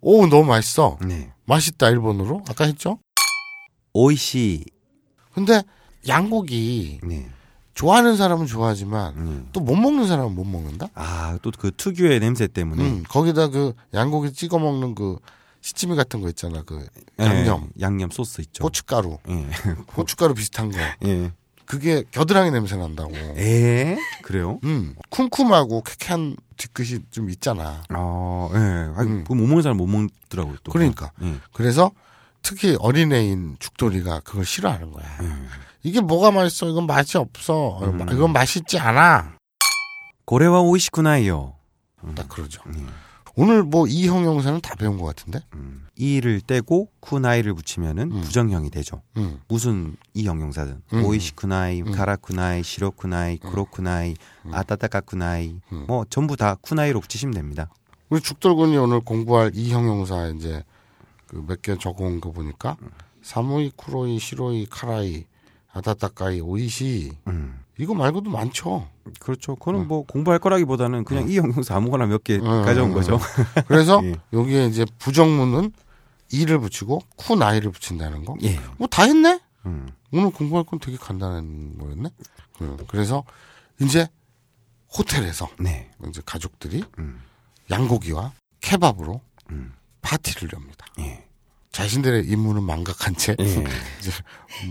Speaker 4: 오 너무 맛있어.
Speaker 2: 네.
Speaker 4: 맛있다 일본어로 아까 했죠.
Speaker 2: 오이시.
Speaker 4: 근데 양고기
Speaker 2: 네.
Speaker 4: 좋아하는 사람은 좋아하지만
Speaker 2: 음.
Speaker 4: 또 못 먹는 사람은 못 먹는다.
Speaker 2: 아, 또 그 특유의 냄새 때문에.
Speaker 4: 음, 거기다 그 양고기 찍어 먹는 그 시치미 같은 거 있잖아. 그
Speaker 2: 예.
Speaker 4: 양념,
Speaker 2: 양념 소스 있죠.
Speaker 4: 고춧가루,
Speaker 2: 예.
Speaker 4: 고춧가루 비슷한 거.
Speaker 2: 예.
Speaker 4: 그게 겨드랑이 냄새 난다고.
Speaker 2: 에? 그래요?
Speaker 4: 음, 쿰쿰하고 쾌쾌한 뒤끝이 좀 있잖아.
Speaker 2: 아, 예. 아,
Speaker 4: 음.
Speaker 2: 그못 먹는 사람 못 먹더라고요, 또.
Speaker 4: 그러니까.
Speaker 2: 예.
Speaker 4: 그래서 특히 어린애인 죽돌이가 그걸 싫어하는 거야. 이게 뭐가 맛있어? 이건 맛이 없어.
Speaker 2: 음.
Speaker 4: 이건 맛있지 않아.
Speaker 2: 고래와 오이시쿠나이요.
Speaker 4: 딱 그러죠.
Speaker 2: 음.
Speaker 4: 오늘 뭐 이 형용사는 다 배운 것 같은데.
Speaker 2: 음. 이를 떼고 쿠나이를 붙이면은
Speaker 4: 음.
Speaker 2: 부정형이 되죠.
Speaker 4: 음.
Speaker 2: 무슨 이 영용사든
Speaker 4: 음.
Speaker 2: 오이시쿠나이,
Speaker 4: 음.
Speaker 2: 가라쿠나이, 시로쿠나이, 쿠로쿠나이, 아,
Speaker 4: 음.
Speaker 2: 아따타카쿠나이
Speaker 4: 음.
Speaker 2: 뭐 전부 다 쿠나이로 붙이시면 됩니다.
Speaker 4: 우리 죽돌군이 오늘 공부할 이 형용사 이제 그 몇 개 적어온 거 보니까
Speaker 2: 음.
Speaker 4: 사무이 쿠로이 시로이 카라이 아다타카이 오이시
Speaker 2: 음.
Speaker 4: 이거 말고도 많죠.
Speaker 2: 그렇죠. 그거는 뭐 공부할 거라기보다는 그냥 이 영용사 아무거나 몇 개
Speaker 4: 음,
Speaker 2: 가져온
Speaker 4: 음,
Speaker 2: 거죠.
Speaker 4: 그래서
Speaker 2: 예.
Speaker 4: 여기에 이제 부정문은 이를 붙이고 쿠나이를 붙인다는 거.
Speaker 2: 예.
Speaker 4: 뭐 다 했네.
Speaker 2: 음.
Speaker 4: 오늘 공부할 건 되게 간단한 거였네. 음, 그래서 이제 호텔에서
Speaker 2: 네.
Speaker 4: 이제 가족들이
Speaker 2: 음.
Speaker 4: 양고기와 케밥으로
Speaker 2: 음.
Speaker 4: 파티를 엽니다.
Speaker 2: 예.
Speaker 4: 자신들의 임무는 망각한 채
Speaker 2: 예.
Speaker 4: 이제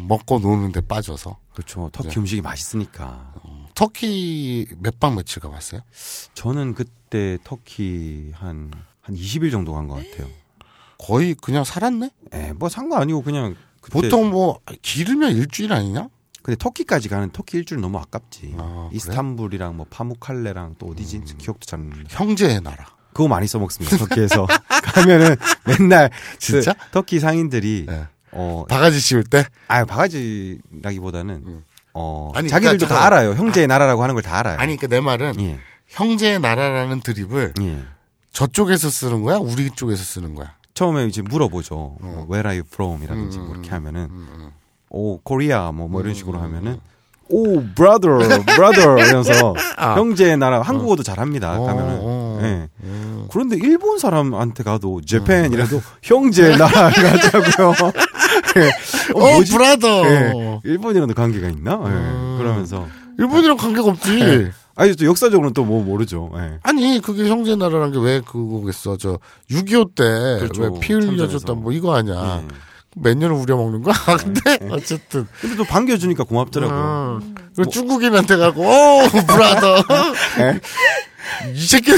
Speaker 4: 먹고 노는데 빠져서
Speaker 2: 그렇죠. 터키
Speaker 4: 네.
Speaker 2: 음식이 맛있으니까.
Speaker 4: 터키 몇 박 며칠 가봤어요?
Speaker 2: 저는 그때 터키 한, 한 20일 정도 간 것 같아요.
Speaker 4: 거의 그냥 살았네.
Speaker 2: 예, 뭐 산 거 아니고 그냥. 그때-
Speaker 4: 보통 뭐 길으면 일주일 아니냐?
Speaker 2: 근데 터키까지 가는 터키 일주일 너무 아깝지. 예.
Speaker 4: 아, 음.
Speaker 2: 이스탄불이랑 뭐 파무칼레랑 또 어디지? 기억도 잘 안 나.
Speaker 4: 형제의 나라.
Speaker 2: 그거 많이 써먹습니다. 터키에서. 가면은 맨날. 그
Speaker 4: 진짜?
Speaker 2: 터키 상인들이.
Speaker 4: 예.
Speaker 2: 어,
Speaker 4: 바가지 씌울 때
Speaker 2: 아 바가지라기보다는.
Speaker 4: 음.
Speaker 2: 어,
Speaker 4: 아니,
Speaker 2: 자기들도
Speaker 4: 그러니까
Speaker 2: 다
Speaker 4: 잠깐만.
Speaker 2: 알아요. 형제의 나라라고 하는 걸 다 알아요.
Speaker 4: 아니 그러니까 내 말은
Speaker 2: 예.
Speaker 4: 형제의 나라라는 드립을
Speaker 2: 예.
Speaker 4: 저쪽에서 쓰는 거야? 우리 쪽에서 쓰는 거야?
Speaker 2: 처음에 이제 물어보죠. 뭐, Where are you from? 이라든지
Speaker 4: 음,
Speaker 2: 뭐 이렇게 하면은 오 코리아 뭐, 뭐 이런 식으로
Speaker 4: 음.
Speaker 2: 하면은 오 brother brother 이러면서 형제의 나라 한국어도 잘합니다
Speaker 4: 아. 어,
Speaker 2: 가면은
Speaker 4: 어.
Speaker 2: 예. 그런데 일본 사람한테 가도 재팬이라도
Speaker 4: 음.
Speaker 2: 형제의 나라 가자고요. 예. 어,
Speaker 4: 어,
Speaker 2: 뭐지?
Speaker 4: 브라더. 음.
Speaker 2: 예. 일본이랑도 관계가 있나? 예. 그러면서
Speaker 4: 일본이랑 관계가 없지.
Speaker 2: 아니 또 역사적으로는 또 뭐 모르죠. 예.
Speaker 4: 아니 그게 형제 나라라는 게 왜 그거겠어? 저 6.25 때 왜 피
Speaker 2: 그렇죠.
Speaker 4: 흘려줬다
Speaker 2: 참전해서.
Speaker 4: 뭐 이거 아니야?
Speaker 2: 예.
Speaker 4: 몇 년을 우려먹는 거야? 근데 어쨌든
Speaker 2: 근데 또 반겨주니까 고맙더라고요. 뭐
Speaker 4: 음. 그 중국인한테 가고 오 브라더
Speaker 2: 예?
Speaker 4: 이 새끼는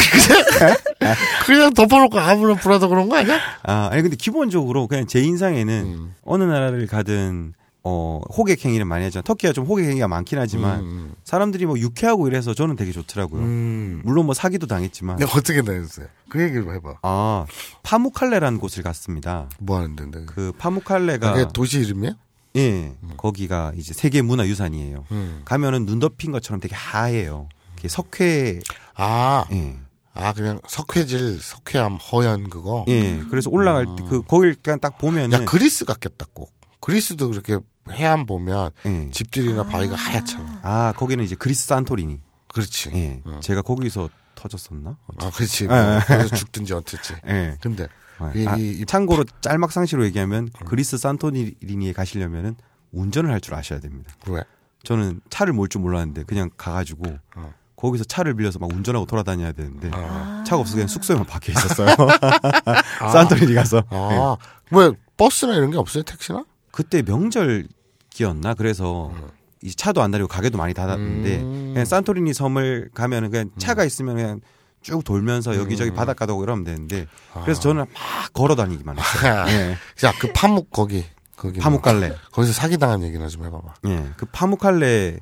Speaker 4: 그냥 그냥 덮어놓고 아무런 브라더 그런 거 아니야?
Speaker 2: 아, 아니 근데 기본적으로 그냥 제 인상에는
Speaker 4: 음.
Speaker 2: 어느 나라를 가든 어 호객 행위를 많이 하잖아요. 터키가 좀 호객 행위가 많긴 하지만
Speaker 4: 음.
Speaker 2: 사람들이 뭐 유쾌하고 이래서 저는 되게 좋더라고요.
Speaker 4: 음. 네.
Speaker 2: 물론 뭐 사기도 당했지만
Speaker 4: 내가 어떻게 다녔어요? 그 얘기를 해봐.
Speaker 2: 아 파무칼레라는 곳을 갔습니다.
Speaker 4: 뭐 하는 데인데? 그
Speaker 2: 그 파무칼레가
Speaker 4: 게 도시 음. 이름이야?
Speaker 2: 예 거기가 이제 세계 문화 유산이에요. 가면은 눈 덮인 것처럼 되게 하얘요. 이게 석회
Speaker 4: 아,
Speaker 2: 예.
Speaker 4: 아 그냥 석회질, 석회암, 허연 그거.
Speaker 2: 예 그래서 올라갈 때 그 거길 그냥 딱 보면은
Speaker 4: 아. 야 그리스 같겠다 꼭. 그리스도 그렇게 해안 보면
Speaker 2: 예.
Speaker 4: 집들이나 바위가 하얗잖아.
Speaker 2: 아 거기는 이제 그리스 산토리니
Speaker 4: 그렇지.
Speaker 2: 예
Speaker 4: 음.
Speaker 2: 제가 거기서 터졌었나?
Speaker 4: 아, 그렇지.
Speaker 2: 예, 예.
Speaker 4: 그래서 죽든지 어쨌지.
Speaker 2: 예. 네.
Speaker 4: 근데 예, 이-
Speaker 2: 아,
Speaker 4: 이- 예. 이-
Speaker 2: 참고로 짤막상시로 얘기하면 그리스 산토리니에 가시려면은 운전을 할 줄 아셔야 됩니다.
Speaker 4: 왜?
Speaker 2: 저는 차를 몰 줄 몰랐는데 그냥 가가지고
Speaker 4: 어.
Speaker 2: 거기서 차를 빌려서 막 운전하고 돌아다녀야 되는데 차가 없어서 그냥 숙소에만 밖에 있었어요. 예. 산토리니 가서
Speaker 4: 아, 왜 버스나 이런 게 없어요? 택시나?
Speaker 2: 그때 명절기였나 그래서 이 차도 안 다니고 가게도 많이 닫았는데
Speaker 4: 어. 음.
Speaker 2: 그냥 산토리니 섬을 가면은 그냥 차가 있으면 그냥 쭉 돌면서 여기저기
Speaker 4: 음.
Speaker 2: 바닷가도 오고 이러면 되는데
Speaker 4: 아.
Speaker 2: 그래서 저는 막 걸어 다니기만 했어요. 예.
Speaker 4: 자, 그 파묵 거기. 거기. 뭐,
Speaker 2: 파묵갈래.
Speaker 4: 거기서 사기당한 얘기나 좀 해봐봐.
Speaker 2: 예. 그 파묵갈래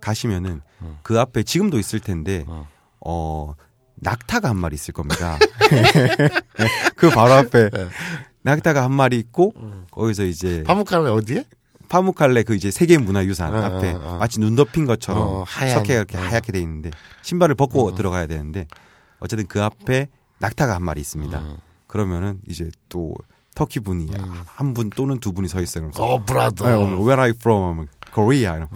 Speaker 2: 가시면은 그 앞에 지금도 있을 텐데
Speaker 4: 어.
Speaker 2: 어 낙타가 한 마리 있을 겁니다. 그 바로 앞에 낙타가 한 마리 있고 거기서 이제
Speaker 4: 네. 음. 파묵 가면 어디에?
Speaker 2: 파묵칼레 그 이제 세계 문화유산
Speaker 4: 어,
Speaker 2: 앞에
Speaker 4: 어, 어.
Speaker 2: 마치 눈 덮인 것처럼
Speaker 4: 어, 하얀.
Speaker 2: 석회가 이렇게
Speaker 4: 어.
Speaker 2: 하얗게 돼 있는데 신발을 벗고 들어가야 되는데 어쨌든 그 앞에 낙타가 한 마리 있습니다.
Speaker 4: 음.
Speaker 2: 그러면은 이제 또 터키 분이 한 분 또는 두 분이 서 있어요. 그래서
Speaker 4: 어, 브라더.
Speaker 2: 아, 오늘 Where are you from? Korea.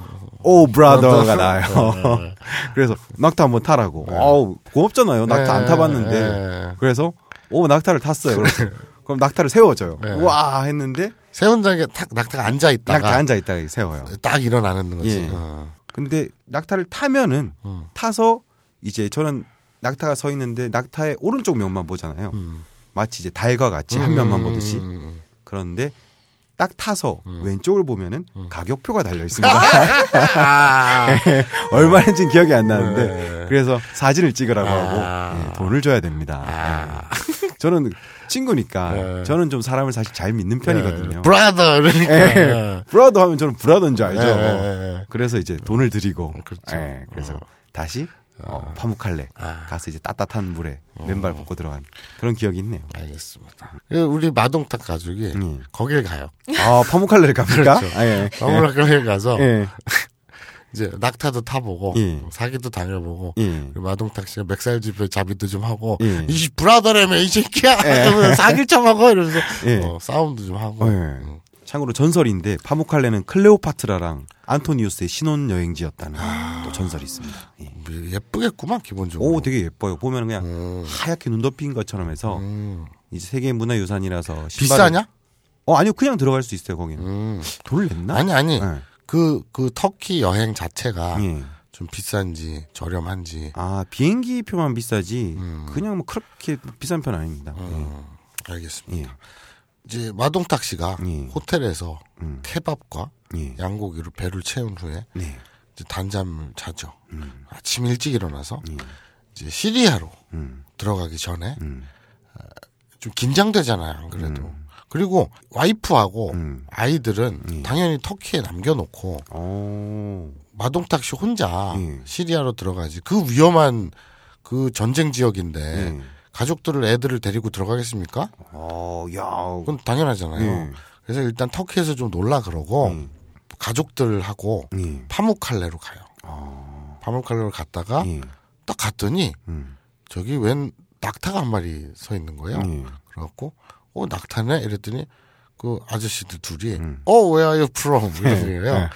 Speaker 2: 오 브라더가
Speaker 4: 네. 예.
Speaker 2: 나요. 그래서 낙타 한번 타라고. 아우 고맙잖아요. 낙타 안
Speaker 4: 네,
Speaker 2: 타봤는데.
Speaker 4: 네.
Speaker 2: 그래서 오 낙타를 탔어요. 그래서 그럼 낙타를 세워줘요.
Speaker 4: 네.
Speaker 2: 와 했는데
Speaker 4: 새 혼자에 탁 낙타가 앉아
Speaker 2: 낙타
Speaker 4: 있다가 네.
Speaker 2: 앉아 있다가 세워요.
Speaker 4: 딱 일어나는 거지.
Speaker 2: 예.
Speaker 4: 어.
Speaker 2: 근데 낙타를 타면은
Speaker 4: 음.
Speaker 2: 타서 이제 저는 낙타가 서 있는데 낙타의 오른쪽 면만 보잖아요. 마치 이제 달과 같이 한 면만 보듯이
Speaker 4: 음, 음.
Speaker 2: 그런데 딱 타서 왼쪽을 보면은
Speaker 4: 음.
Speaker 2: 가격표가 달려 있습니다.
Speaker 4: 아,
Speaker 2: 예, 얼마인지 는 기억이 안 나는데 그래서 사진을 찍으라고 하고
Speaker 4: 네. 아.
Speaker 2: 예, 돈을 줘야 됩니다. 예. 저는 친구니까
Speaker 4: 네.
Speaker 2: 저는 좀 사람을 사실 잘 믿는 편이거든요. 예.
Speaker 4: 브라더 이러니까. 어.
Speaker 2: 브라더 하면 저는 브라더인 줄 알죠. 뭐.
Speaker 4: 예, 예, 예.
Speaker 2: 그래서 이제 돈을 드리고
Speaker 4: 그렇죠. 아.
Speaker 2: 예, 그래서 다시 어, 파묵할래 가서 이제 따뜻한 물에 맨발 벗고 들어간 그런 기억이 있네요.
Speaker 4: 알겠습니다. 예, 우리 마동탁 가족이
Speaker 2: 음.
Speaker 4: 거길 가요.
Speaker 2: 아 파묵할래를 갑니까?
Speaker 4: 네. 그렇죠.
Speaker 2: 아, 예.
Speaker 4: 마물학교에 가서
Speaker 2: 예.
Speaker 4: 이제 낙타도 타보고
Speaker 2: 예.
Speaker 4: 사기도 당해보고
Speaker 2: 예.
Speaker 4: 우리 마동탁 씨가 맥살집에 자비도 좀 하고
Speaker 2: 예.
Speaker 4: 이 브라더라며 이 새끼야 이러면서 사기 좀 하고 이러면서
Speaker 2: 예.
Speaker 4: 어, 싸움도 좀 하고
Speaker 2: 예.
Speaker 4: 음.
Speaker 2: 참고로 전설인데 파묵할레는 클레오파트라랑 안토니우스의 신혼 여행지였다는
Speaker 4: 아.
Speaker 2: 또 전설이 있습니다. 예.
Speaker 4: 예쁘겠구만 기본적으로.
Speaker 2: 오, 되게 예뻐요. 보면 그냥 하얗게 눈 덮인 것처럼 해서
Speaker 4: 음.
Speaker 2: 이제 세계 문화유산이라서 신발을-
Speaker 4: 비싸냐?
Speaker 2: 어 아니요 그냥 들어갈 수 있어요 거기는.
Speaker 4: 음.
Speaker 2: 돈을 냈나?
Speaker 4: 아니 아니
Speaker 2: 예.
Speaker 4: 그 그 터키 여행 자체가
Speaker 2: 예.
Speaker 4: 좀 비싼지 저렴한지
Speaker 2: 아 비행기 표만 비싸지 그냥 뭐 그렇게 비싼 편 아닙니다.
Speaker 4: 음, 알겠습니다.
Speaker 2: 예.
Speaker 4: 이제 마동탁 씨가
Speaker 2: 예.
Speaker 4: 호텔에서
Speaker 2: 음.
Speaker 4: 케밥과
Speaker 2: 예.
Speaker 4: 양고기로 배를 채운 후에
Speaker 2: 네.
Speaker 4: 이제 단잠을 자죠.
Speaker 2: 음.
Speaker 4: 아침 일찍 일어나서
Speaker 2: 예.
Speaker 4: 이제 시리아로
Speaker 2: 음.
Speaker 4: 들어가기 전에 어, 좀 긴장되잖아요. 안 그래도
Speaker 2: 음.
Speaker 4: 그리고 와이프하고 아이들은
Speaker 2: 예.
Speaker 4: 당연히 터키에 남겨놓고
Speaker 2: 오.
Speaker 4: 마동탁 씨 혼자
Speaker 2: 예.
Speaker 4: 시리아로 들어가지 그 위험한 그 전쟁 지역인데
Speaker 2: 음.
Speaker 4: 가족들을 애들을 데리고 들어가겠습니까?
Speaker 2: 네. 어, 야.
Speaker 4: 그건 당연하잖아요.
Speaker 2: 예.
Speaker 4: 그래서 일단 터키에서 좀 놀라 그러고
Speaker 2: 음.
Speaker 4: 가족들하고
Speaker 2: 예. 아.
Speaker 4: 파묵칼레로 가요. 파묵칼레로 갔다가
Speaker 2: 예.
Speaker 4: 딱 갔더니
Speaker 2: 음.
Speaker 4: 저기 웬 낙타가 한 마리 서 있는 거예요.
Speaker 2: 예.
Speaker 4: 그래갖고 어 낙타네 이랬더니 그 아저씨들 둘이 어 where are you from 이러더래요.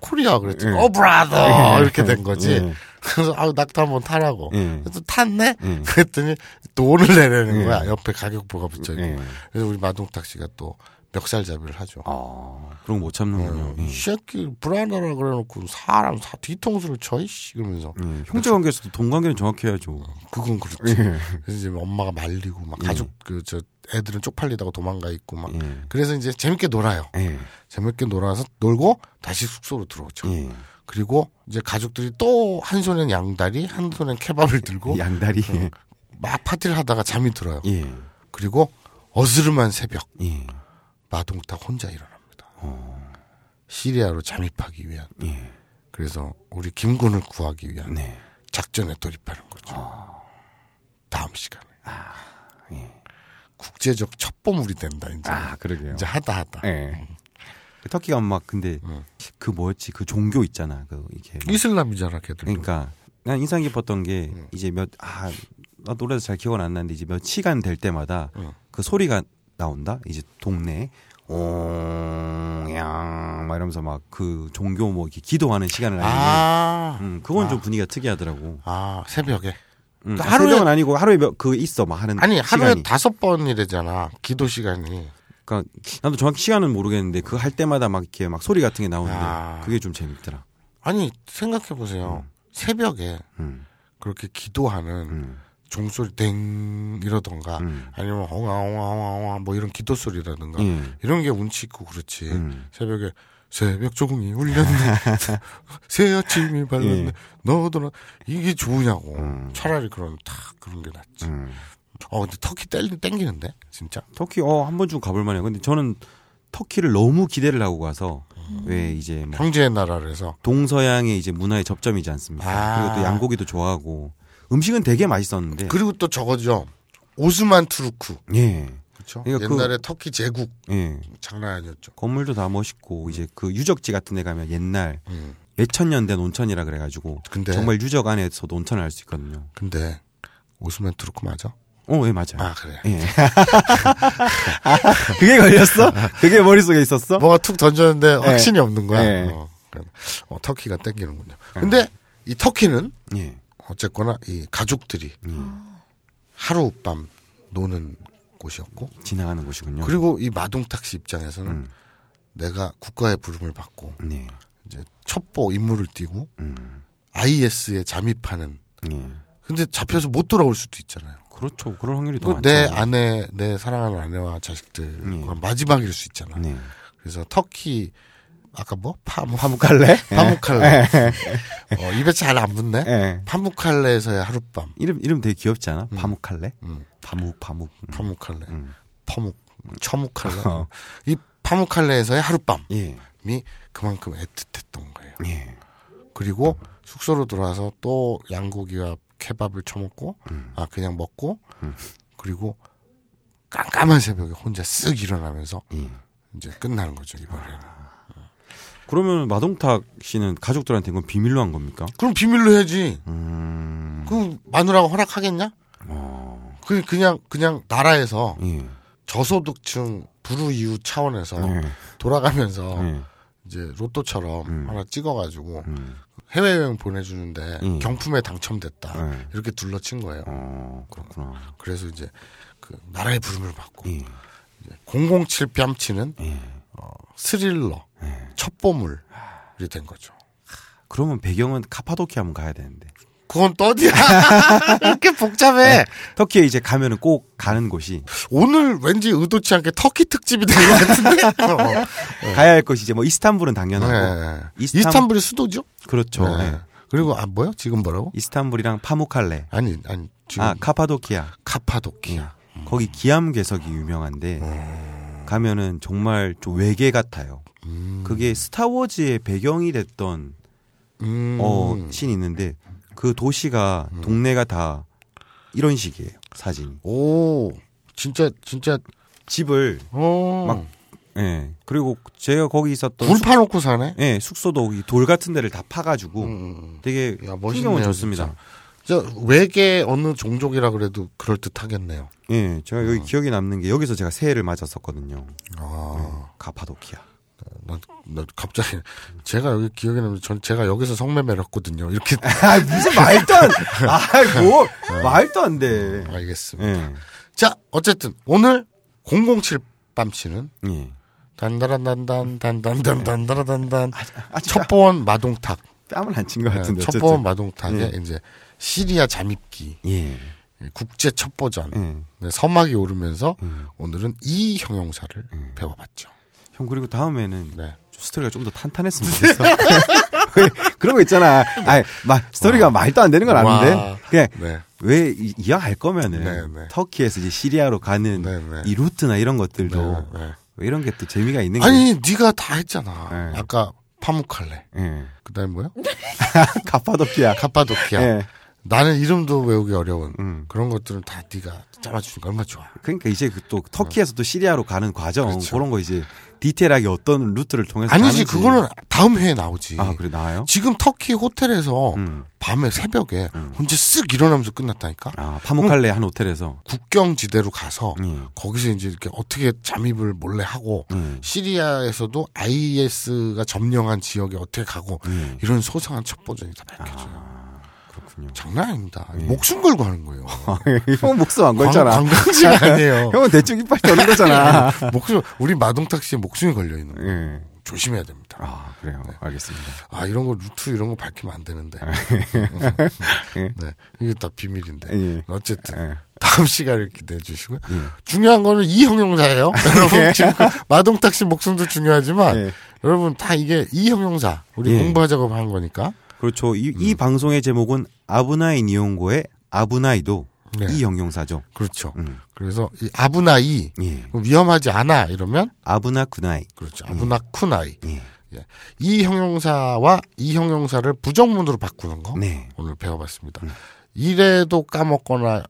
Speaker 4: 코리아 그랬더니 어 brother 이렇게 된 거지.
Speaker 2: 예.
Speaker 4: 그래서 아 낙타 한번 타라고.
Speaker 2: 예.
Speaker 4: 그래서 탔네.
Speaker 2: 예.
Speaker 4: 그랬더니 돈을 내라는
Speaker 2: 예.
Speaker 4: 거야. 옆에 가격표가 붙여 있고.
Speaker 2: 예.
Speaker 4: 그래서 우리 마동탁 씨가 또 멱살잡이를 하죠. 예.
Speaker 2: 아, 그런 거 못 참는군요. 예.
Speaker 4: 이 새끼 브라더라 그래놓고 사람 사 뒤통수를 쳐이씨 이러면서
Speaker 2: 예. 예. 형제 관계에서도 돈 관계는 정확히 해야죠.
Speaker 4: 그건 그렇지.
Speaker 2: 예.
Speaker 4: 그래서 이제 엄마가 말리고 막 가족 그 저 애들은 쪽팔리다고 도망가 있고 막
Speaker 2: 예.
Speaker 4: 그래서 이제 재밌게 놀아요.
Speaker 2: 예.
Speaker 4: 재밌게 놀아서 놀고 다시 숙소로 들어오죠.
Speaker 2: 예.
Speaker 4: 그리고 이제 가족들이 또 한 손엔 양다리, 한 손엔 케밥을
Speaker 2: 어?
Speaker 4: 들고
Speaker 2: 양다리.
Speaker 4: 막 파티를 하다가 잠이 들어요.
Speaker 2: 예.
Speaker 4: 그리고 어스름한 새벽
Speaker 2: 예.
Speaker 4: 마동탁 혼자 일어납니다. 시리아로 잠입하기 위한
Speaker 2: 예.
Speaker 4: 그래서 우리 김군을 구하기 위한
Speaker 2: 네. 아.
Speaker 4: 작전에 돌입하는 거죠. 다음 시간에 국제적 첩보물이 된다 이제
Speaker 2: 예. 아, 그러게요.
Speaker 4: 이제 하다 하다 음.
Speaker 2: 예. 터키가 막 근데 그 뭐였지? 그 종교 있잖아. 그 이게 막
Speaker 4: 이슬람이잖아 걔들.
Speaker 2: 그러니까 난 인상 깊었던 게
Speaker 4: 음.
Speaker 2: 이제 몇아 나 노래도 잘 기억은 안 나는데 이제 몇 시간 될 때마다
Speaker 4: 음.
Speaker 2: 그 소리가 나온다. 이제 동네 옹양 막 이러면서 막 그 종교 뭐 이렇게 기도하는 시간을 하는데
Speaker 4: 아,
Speaker 2: 음, 그건 좀 분위기가 특이하더라고.
Speaker 4: 아 새벽에
Speaker 2: 음,
Speaker 4: 그러니까 하루에-
Speaker 2: 새벽은 아니고 하루에 몇, 그 있어 막 하는
Speaker 4: 아니 하루에
Speaker 2: 시간이.
Speaker 4: 다섯 번이래잖아 기도 시간이
Speaker 2: 그러니까 나도 정확히 시간은 모르겠는데 그 할 때마다 막 이렇게 막 소리 같은 게 나오는데
Speaker 4: 아.
Speaker 2: 그게 좀 재밌더라.
Speaker 4: 아니 생각해 보세요 새벽에
Speaker 2: 음.
Speaker 4: 그렇게 기도하는
Speaker 2: 음.
Speaker 4: 종소리 땡 이러던가
Speaker 2: 음.
Speaker 4: 아니면 엉아엉아엉아 뭐 이런 기도 소리라든가
Speaker 2: 예.
Speaker 4: 이런 게 운치 있고 그렇지
Speaker 2: 음.
Speaker 4: 새벽에 새벽 조공이 울렸네 새 아침이 밝았네
Speaker 2: 예.
Speaker 4: 너더러 이게 좋으냐고
Speaker 2: 음.
Speaker 4: 차라리 그런 탁 그런 게 낫지
Speaker 2: 음.
Speaker 4: 어 근데 터키 땡, 땡기는데 진짜
Speaker 2: 터키 어 한 번쯤 가볼 만해요. 근데 저는 터키를 너무 기대를 하고 가서 왜 이제 뭐
Speaker 4: 형제의 나라라서
Speaker 2: 동서양의 이제 문화의 접점이지 않습니까?
Speaker 4: 아.
Speaker 2: 그리고 또 양고기도 좋아하고 음식은 되게 맛있었는데
Speaker 4: 그리고 또 저거죠 오스만 투르크
Speaker 2: 예.
Speaker 4: 그렇죠
Speaker 2: 그러니까 그-
Speaker 4: 옛날에 터키 제국
Speaker 2: 예.
Speaker 4: 장난 아니었죠
Speaker 2: 건물도 다 멋있고 이제 그 유적지 같은 데 가면 옛날
Speaker 4: 음.
Speaker 2: 몇천 년된 온천이라 그래 가지고
Speaker 4: 근데
Speaker 2: 정말 유적 안에서도 온천을 알 수 있거든요.
Speaker 4: 근데 오스만 투르크 맞아
Speaker 2: 어, 예, 맞아요.
Speaker 4: 아 그래
Speaker 2: 예. 그게 걸렸어? 그게 머릿속에 있었어?
Speaker 4: 뭐가 툭 던졌는데 확신이 없는 거야.
Speaker 2: 네.
Speaker 4: 어, 그래서, 어, 터키가 땡기는군요. 근데 이 터키는
Speaker 2: 예.
Speaker 4: 어쨌거나 이 가족들이
Speaker 2: 음.
Speaker 4: 하룻밤 노는 곳이었고
Speaker 2: 지나가는 곳이군요.
Speaker 4: 그리고 이 마동탁 씨 입장에서는
Speaker 2: 음.
Speaker 4: 내가 국가의 부름을 받고
Speaker 2: 네.
Speaker 4: 이제 첩보 임무를 띄고
Speaker 2: 음.
Speaker 4: IS에 잠입하는
Speaker 2: 예.
Speaker 4: 근데 잡혀서 못 돌아올 수도 있잖아요.
Speaker 2: 그렇죠. 그럴 확률이 더
Speaker 4: 그리고 내
Speaker 2: 많죠.
Speaker 4: 아내, 내 사랑하는 아내와 자식들과
Speaker 2: 음.
Speaker 4: 마지막일 수 있잖아.
Speaker 2: 네.
Speaker 4: 그래서 터키 아까 뭐 파무 네.
Speaker 2: 화목할래?
Speaker 4: 파묵칼레. 어, 입에 잘 안 붙네.
Speaker 2: 예.
Speaker 4: 파묵칼레에서의 하룻밤.
Speaker 2: 이름 이름 되게 귀엽지 않아? 파묵할래?
Speaker 4: 음.
Speaker 2: 파묵 파묵.
Speaker 4: 파묵칼레.
Speaker 2: 음.
Speaker 4: 퍼묵. 처묵칼레.
Speaker 2: 어.
Speaker 4: 이 파묵칼레에서의 하룻밤이
Speaker 2: 예.
Speaker 4: 그만큼 애틋했던 거예요.
Speaker 2: 예.
Speaker 4: 그리고 숙소로 돌아와서 또 양고기와 케밥을 처먹고, 아, 그냥 먹고, 그리고 깜깜한 새벽에 혼자 쓱 일어나면서
Speaker 2: 예.
Speaker 4: 이제 끝나는 거죠, 이번에는.
Speaker 2: 그러면 마동탁 씨는 가족들한테 이건 비밀로 한 겁니까?
Speaker 4: 그럼 비밀로 해야지.
Speaker 2: 음.
Speaker 4: 그럼 마누라가 허락하겠냐?
Speaker 2: 어.
Speaker 4: 그, 그냥, 그냥 나라에서
Speaker 2: 예.
Speaker 4: 저소득층 불우이웃 차원에서
Speaker 2: 예.
Speaker 4: 돌아가면서
Speaker 2: 예.
Speaker 4: 이제 로또처럼
Speaker 2: 음.
Speaker 4: 하나 찍어가지고
Speaker 2: 음.
Speaker 4: 해외여행 보내주는데
Speaker 2: 음.
Speaker 4: 경품에 당첨됐다
Speaker 2: 예.
Speaker 4: 이렇게 둘러친 거예요.
Speaker 2: 어, 그렇구나.
Speaker 4: 그래서 이제 그 나라의 부름을 받고
Speaker 2: 예.
Speaker 4: 007 뺨치는 어,
Speaker 2: 예.
Speaker 4: 스릴러
Speaker 2: 예.
Speaker 4: 첩보물이 된 거죠.
Speaker 2: 그러면 배경은 카파도키아 한번 가야 되는데.
Speaker 4: 그건 또 어디야? 네. 이렇게 복잡해.
Speaker 2: 터키에 이제 가면은 꼭 가는 곳이
Speaker 4: 오늘 왠지 의도치 않게 터키 특집이 된 것 같은데. 어.
Speaker 2: 가야 할 것이 이제 뭐 이스탄불은 당연하고
Speaker 4: 네.
Speaker 2: 이스탄-
Speaker 4: 이스탄불이 수도죠?
Speaker 2: 그렇죠.
Speaker 4: 네.
Speaker 2: 예.
Speaker 4: 그리고 아 뭐요? 지금 뭐라고?
Speaker 2: 이스탄불이랑 파묵할레.
Speaker 4: 아니 아니 지금
Speaker 2: 아 카파도키아.
Speaker 4: 카파도키아.
Speaker 2: 거기 기암괴석이 유명한데 음. 가면은 정말 좀 외계 같아요.
Speaker 4: 음.
Speaker 2: 네. 그게 스타워즈의 배경이 됐던
Speaker 4: 음.
Speaker 2: 어, 신이 있는데 그 도시가 동네가 다 이런 식이에요. 사진이.
Speaker 4: 오, 진짜 진짜
Speaker 2: 집을
Speaker 4: 어.
Speaker 2: 막 예. 그리고 제가 거기 있었던
Speaker 4: 굴
Speaker 2: 숙-
Speaker 4: 파놓고 사네.
Speaker 2: 예, 숙소도 거기 돌 같은 데를 다 파가지고
Speaker 4: 음.
Speaker 2: 되게
Speaker 4: 야, 멋있네요,
Speaker 2: 풍경은 좋습니다.
Speaker 4: 저 외계 어느 종족이라 그래도 그럴 듯하겠네요.
Speaker 2: 예, 제가 여기 기억에 남는 게 여기서 제가 새해를 맞았었거든요.
Speaker 4: 아,
Speaker 2: 가파도키아.
Speaker 4: 음. 나, 나 갑자기 제가 여기 기억에 남는 전 제가 여기서 성매매를 했거든요. 이렇게
Speaker 2: 아 무슨 말도 안, 아뭐 말도 안 돼.
Speaker 4: 알겠습니다.
Speaker 2: 어. 예,
Speaker 4: 자, 어쨌든 오늘 007 빰치는
Speaker 2: 예.
Speaker 4: 단다란 단단 단단
Speaker 2: 네.
Speaker 4: 단단 단단 단단
Speaker 2: 아,
Speaker 4: 첩보원 마동탁 네,
Speaker 2: 뺨을 안 친 것 같은데 어쨌든. 네.
Speaker 4: 첩보원 마동탁의 이제 시리아 잠입기
Speaker 2: 예,
Speaker 4: 국제 첩보전
Speaker 2: 예.
Speaker 4: 네, 서막이 오르면서
Speaker 2: 음.
Speaker 4: 오늘은 이 형용사를 배워봤죠.
Speaker 2: 형 그리고 다음에는
Speaker 4: 네.
Speaker 2: 좀 스토리가 좀 더 탄탄했으면 좋겠어. 왜 그런 거 있잖아. 아니, 막 스토리가 말도 안 되는 건
Speaker 4: 와.
Speaker 2: 아는데 그냥
Speaker 4: 네.
Speaker 2: 왜 이- 이왕 할 거면은
Speaker 4: 네, 네.
Speaker 2: 터키에서 이제 시리아로 가는
Speaker 4: 네, 네.
Speaker 2: 이 루트나 이런 것들도
Speaker 4: 네, 네.
Speaker 2: 왜 이런 게 또 재미가 있는 게
Speaker 4: 아니 네가 다 했잖아.
Speaker 2: 네.
Speaker 4: 아까 파묵칼레.
Speaker 2: 예.
Speaker 4: 그다음에 뭐요?
Speaker 2: 가파도키아.
Speaker 4: 카파도키아.
Speaker 2: 예.
Speaker 4: 나는 이름도 외우기 어려운
Speaker 2: 음.
Speaker 4: 그런 것들은 다 네가 짜맞추니까 얼마나 좋아.
Speaker 2: 그러니까 이제 그또 터키에서 또 시리아로 가는 과정
Speaker 4: 네. 그렇죠.
Speaker 2: 그런거 이제 디테일하게 어떤 루트를 통해서 가는지.
Speaker 4: 아니지 그거는 다음 회에 나오지.
Speaker 2: 아 그래 나와요?
Speaker 4: 지금 터키 호텔에서
Speaker 2: 음.
Speaker 4: 밤에 새벽에 혼자 쓱 일어나면서 끝났다니까.
Speaker 2: 아
Speaker 4: 음.
Speaker 2: 파묵칼레 한 호텔에서
Speaker 4: 국경지대로 가서
Speaker 2: 음.
Speaker 4: 거기서 이제 이렇게 어떻게 잠입을 몰래 하고
Speaker 2: 음.
Speaker 4: 시리아에서도 IS가 점령한 지역에 어떻게 가고
Speaker 2: 음. 아.
Speaker 4: 이런 소상한 첩보전이 다 밝혀져요.
Speaker 2: 그렇군요.
Speaker 4: 장난 아닙니다.
Speaker 2: 예.
Speaker 4: 목숨 걸고 하는 거예요.
Speaker 2: 아, 형은 어, 목숨 안 걸잖아.
Speaker 4: 관- 관광지가 아니에요.
Speaker 2: 형은 대충 이빨 떠는 거잖아.
Speaker 4: 목숨 우리 마동탁 씨의 목숨이 걸려 있는 거예요.
Speaker 2: 예.
Speaker 4: 조심해야 됩니다.
Speaker 2: 아 그래요. 알겠습니다.
Speaker 4: 아 이런 거 루트 이런 거 밝히면 안 되는데. 네 이게 다 비밀인데.
Speaker 2: 예.
Speaker 4: 어쨌든
Speaker 2: 예.
Speaker 4: 다음 시간을 기대해 주시고요. 중요한 거는 이 형용사예요. 여러분 지금 그 마동탁 씨 목숨도 중요하지만
Speaker 2: 예.
Speaker 4: 여러분 다 이게 이 형용사 우리
Speaker 2: 예.
Speaker 4: 공부하자고 한 거니까.
Speaker 2: 그렇죠. 이, 이 방송의 제목은 아브나이 니온고의 아브나이도
Speaker 4: 네.
Speaker 2: 이 영용사죠.
Speaker 4: 그렇죠.
Speaker 2: 음.
Speaker 4: 그래서 이 아부나이
Speaker 2: 예.
Speaker 4: 위험하지 않아 이러면
Speaker 2: 아브나 구나이.
Speaker 4: 그렇죠. 아부나쿠나이.
Speaker 2: 예.
Speaker 4: 예. 이 형용사와 이 형용사를 부정문으로 바꾸는 거
Speaker 2: 네.
Speaker 4: 오늘 배워봤습니다. 이래도 까먹거나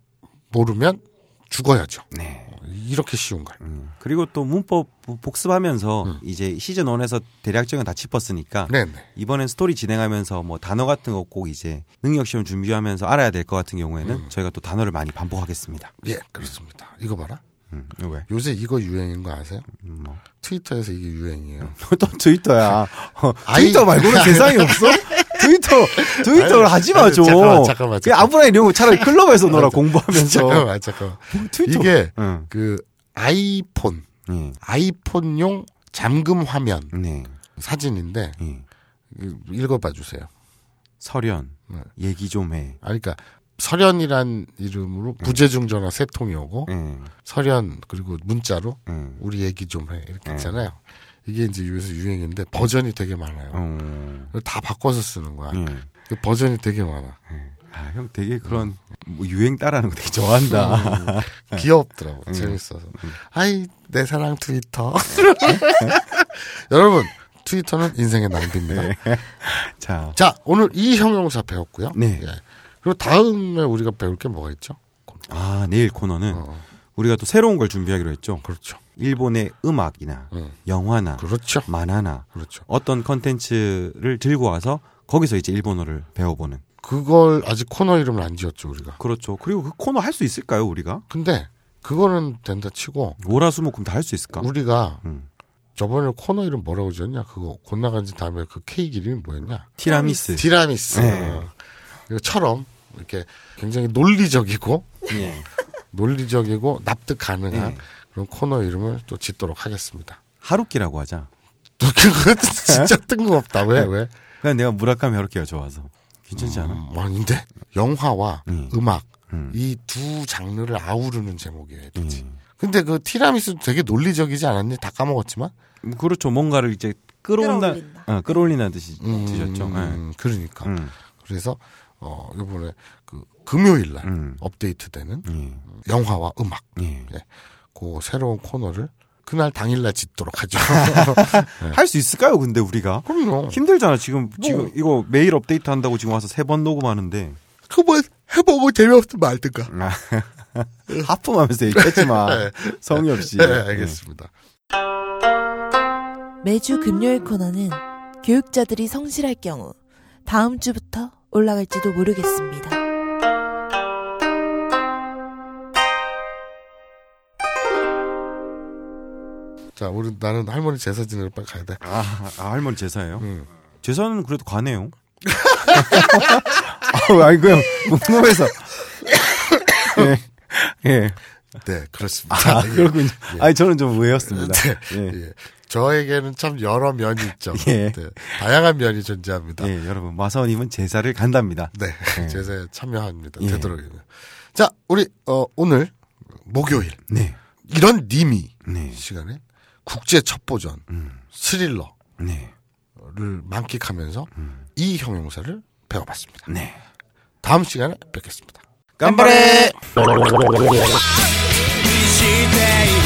Speaker 4: 모르면 죽어야죠.
Speaker 2: 네.
Speaker 4: 이렇게 쉬운 걸.
Speaker 2: 음. 그리고 또 문법 복습하면서 이제 시즌 1에서 대략적인 다 짚었으니까
Speaker 4: 네네.
Speaker 2: 이번엔 스토리 진행하면서 뭐 단어 같은 거 꼭 이제 능력 시험 준비하면서 알아야 될 것 같은 경우에는 저희가 또 단어를 많이 반복하겠습니다.
Speaker 4: 예, 그렇습니다. 이거 봐라.
Speaker 2: 음. 왜?
Speaker 4: 요새 이거 유행인 거 아세요?
Speaker 2: 음, 뭐.
Speaker 4: 트위터에서 이게 유행이에요.
Speaker 2: 또 트위터야. 어,
Speaker 4: 아이.
Speaker 2: 트위터 말고는 세상이 없어? 트위터, 트위터를 하지 마,
Speaker 4: 아니,
Speaker 2: 좀.
Speaker 4: 잠깐만, 잠깐만,
Speaker 2: 그냥 아브라인 이런 거 차라리 클럽에서 놀아, 공부하면서. 뭐
Speaker 4: 잠깐만, 잠깐만.
Speaker 2: 트위터.
Speaker 4: 이게
Speaker 2: 응.
Speaker 4: 그 아이폰,
Speaker 2: 예.
Speaker 4: 아이폰용 잠금 화면
Speaker 2: 네.
Speaker 4: 사진인데
Speaker 2: 예.
Speaker 4: 그, 읽어봐 주세요.
Speaker 2: 서련.
Speaker 4: 네.
Speaker 2: 얘기 좀 해.
Speaker 4: 아, 그러니까 설현이란 이름으로
Speaker 2: 음.
Speaker 4: 부재중 전화 세 통이 오고
Speaker 2: 예.
Speaker 4: 설현 그리고 문자로
Speaker 2: 예.
Speaker 4: 우리 얘기 좀 해 이렇게 있잖아요. 이게 이제 요새 유행인데 버전이 되게 많아요.
Speaker 2: 어.
Speaker 4: 다 바꿔서 쓰는 거야.
Speaker 2: 예.
Speaker 4: 그 버전이 되게 많아.
Speaker 2: 아, 형 되게 그런
Speaker 4: 음.
Speaker 2: 뭐 유행 따라하는 거 되게 좋아한다.
Speaker 4: 귀엽더라고. 재밌어서. 아이 내 사랑 트위터. 여러분 트위터는 인생의 낭비입니다.
Speaker 2: 자.
Speaker 4: 자 오늘 이 형용사 배웠고요.
Speaker 2: 네.
Speaker 4: 예. 그리고 다음에 우리가 배울 게 뭐가 있죠?
Speaker 2: 아, 내일 코너는
Speaker 4: 어.
Speaker 2: 우리가 또 새로운 걸 준비하기로 했죠.
Speaker 4: 그렇죠.
Speaker 2: 일본의 음악이나
Speaker 4: 음.
Speaker 2: 영화나
Speaker 4: 그렇죠.
Speaker 2: 만화나
Speaker 4: 그렇죠.
Speaker 2: 어떤 컨텐츠를 들고 와서 거기서 이제 일본어를 배워보는.
Speaker 4: 그걸 아직 코너 이름을 안 지었죠 우리가.
Speaker 2: 그렇죠. 그리고 그 코너 할 수 있을까요, 우리가?
Speaker 4: 근데 그거는 된다 치고
Speaker 2: 월화수목금 다 할 수 있을까?
Speaker 4: 우리가
Speaker 2: 음.
Speaker 4: 저번에 코너 이름 뭐라고 지었냐? 그거 곧 나간 지 다음에 그 케이크 이름이 뭐였냐?
Speaker 2: 티라미스.
Speaker 4: 티라미스.
Speaker 2: 네.
Speaker 4: 어. 이거처럼 이렇게 굉장히 논리적이고
Speaker 2: 예.
Speaker 4: 논리적이고 납득 가능한
Speaker 2: 네.
Speaker 4: 그런 코너 이름을 또 짓도록 하겠습니다.
Speaker 2: 하루키라고 하자.
Speaker 4: 또 그거 진짜 뜬금없다. 왜
Speaker 2: 네.
Speaker 4: 왜?
Speaker 2: 그냥 내가 무라카미 하루키가 좋아서. 괜찮지 않아?
Speaker 4: 음, 아닌데 영화와
Speaker 2: 음.
Speaker 4: 음. 악
Speaker 2: 음.
Speaker 4: 이 두 장르를 아우르는 제목이어야 되지. 근데 그 티라미스도 되게 논리적이지 않았니? 다 까먹었지만.
Speaker 2: 음, 그렇죠. 뭔가를 이제 끌어온다.
Speaker 1: 끌어올린다.
Speaker 2: 어, 끌어올리는 듯이 드셨죠. 예.
Speaker 4: 음, 그러니까.
Speaker 2: 음.
Speaker 4: 그래서 어 이번에 그 금요일 날
Speaker 2: 음.
Speaker 4: 업데이트되는
Speaker 2: 예.
Speaker 4: 영화와 음악
Speaker 2: 예.
Speaker 4: 그 새로운 코너를 그날 당일 날 짓도록 하죠.
Speaker 2: 할 수 있을까요, 근데 우리가?
Speaker 4: 그럼요.
Speaker 2: 힘들잖아, 지금. 지금 이거 매일 업데이트 한다고 지금 와서 세 번 녹음하는데.
Speaker 4: 한번 뭐 해보고 재미없으면 뭐 말든가.
Speaker 2: 아, 하품하면서 얘기하지 마. 성의 없이.
Speaker 4: 네, 알겠습니다.
Speaker 6: 매주 금요일 코너는 교육자들이 성실할 경우 다음 주부터 올라갈지도 모르겠습니다.
Speaker 4: 자, 우리 나는 할머니 제사 지내러 빨리 가야 돼.
Speaker 2: 아, 아, 할머니 제사예요?
Speaker 4: 음.
Speaker 2: 제사는 그래도 가네요. 아니 그냥 궁금해서. 예. 예.
Speaker 4: 네, 그렇습니다.
Speaker 2: 아,
Speaker 4: 예.
Speaker 2: 그렇군요. 아니 저는 좀 의외였습니다.
Speaker 4: 네.
Speaker 2: 예.
Speaker 4: 예. 저에게는 참 여러 면이 있죠.
Speaker 2: 예.
Speaker 4: 네. 다양한 면이 존재합니다.
Speaker 2: 예, 여러분 마사원님은 제사를 간답니다.
Speaker 4: 네, 제사에 참여합니다.
Speaker 2: 예.
Speaker 4: 되도록이면. 자, 우리 어, 오늘 목요일
Speaker 2: 네.
Speaker 4: 이런 님이
Speaker 2: 네.
Speaker 4: 시간에 국제 첩보전 스릴러를
Speaker 2: 네.
Speaker 4: 만끽하면서 이 형용사를 배워봤습니다.
Speaker 2: 네.
Speaker 4: 다음 시간에 뵙겠습니다.
Speaker 7: し
Speaker 2: 깜바레.
Speaker 7: ている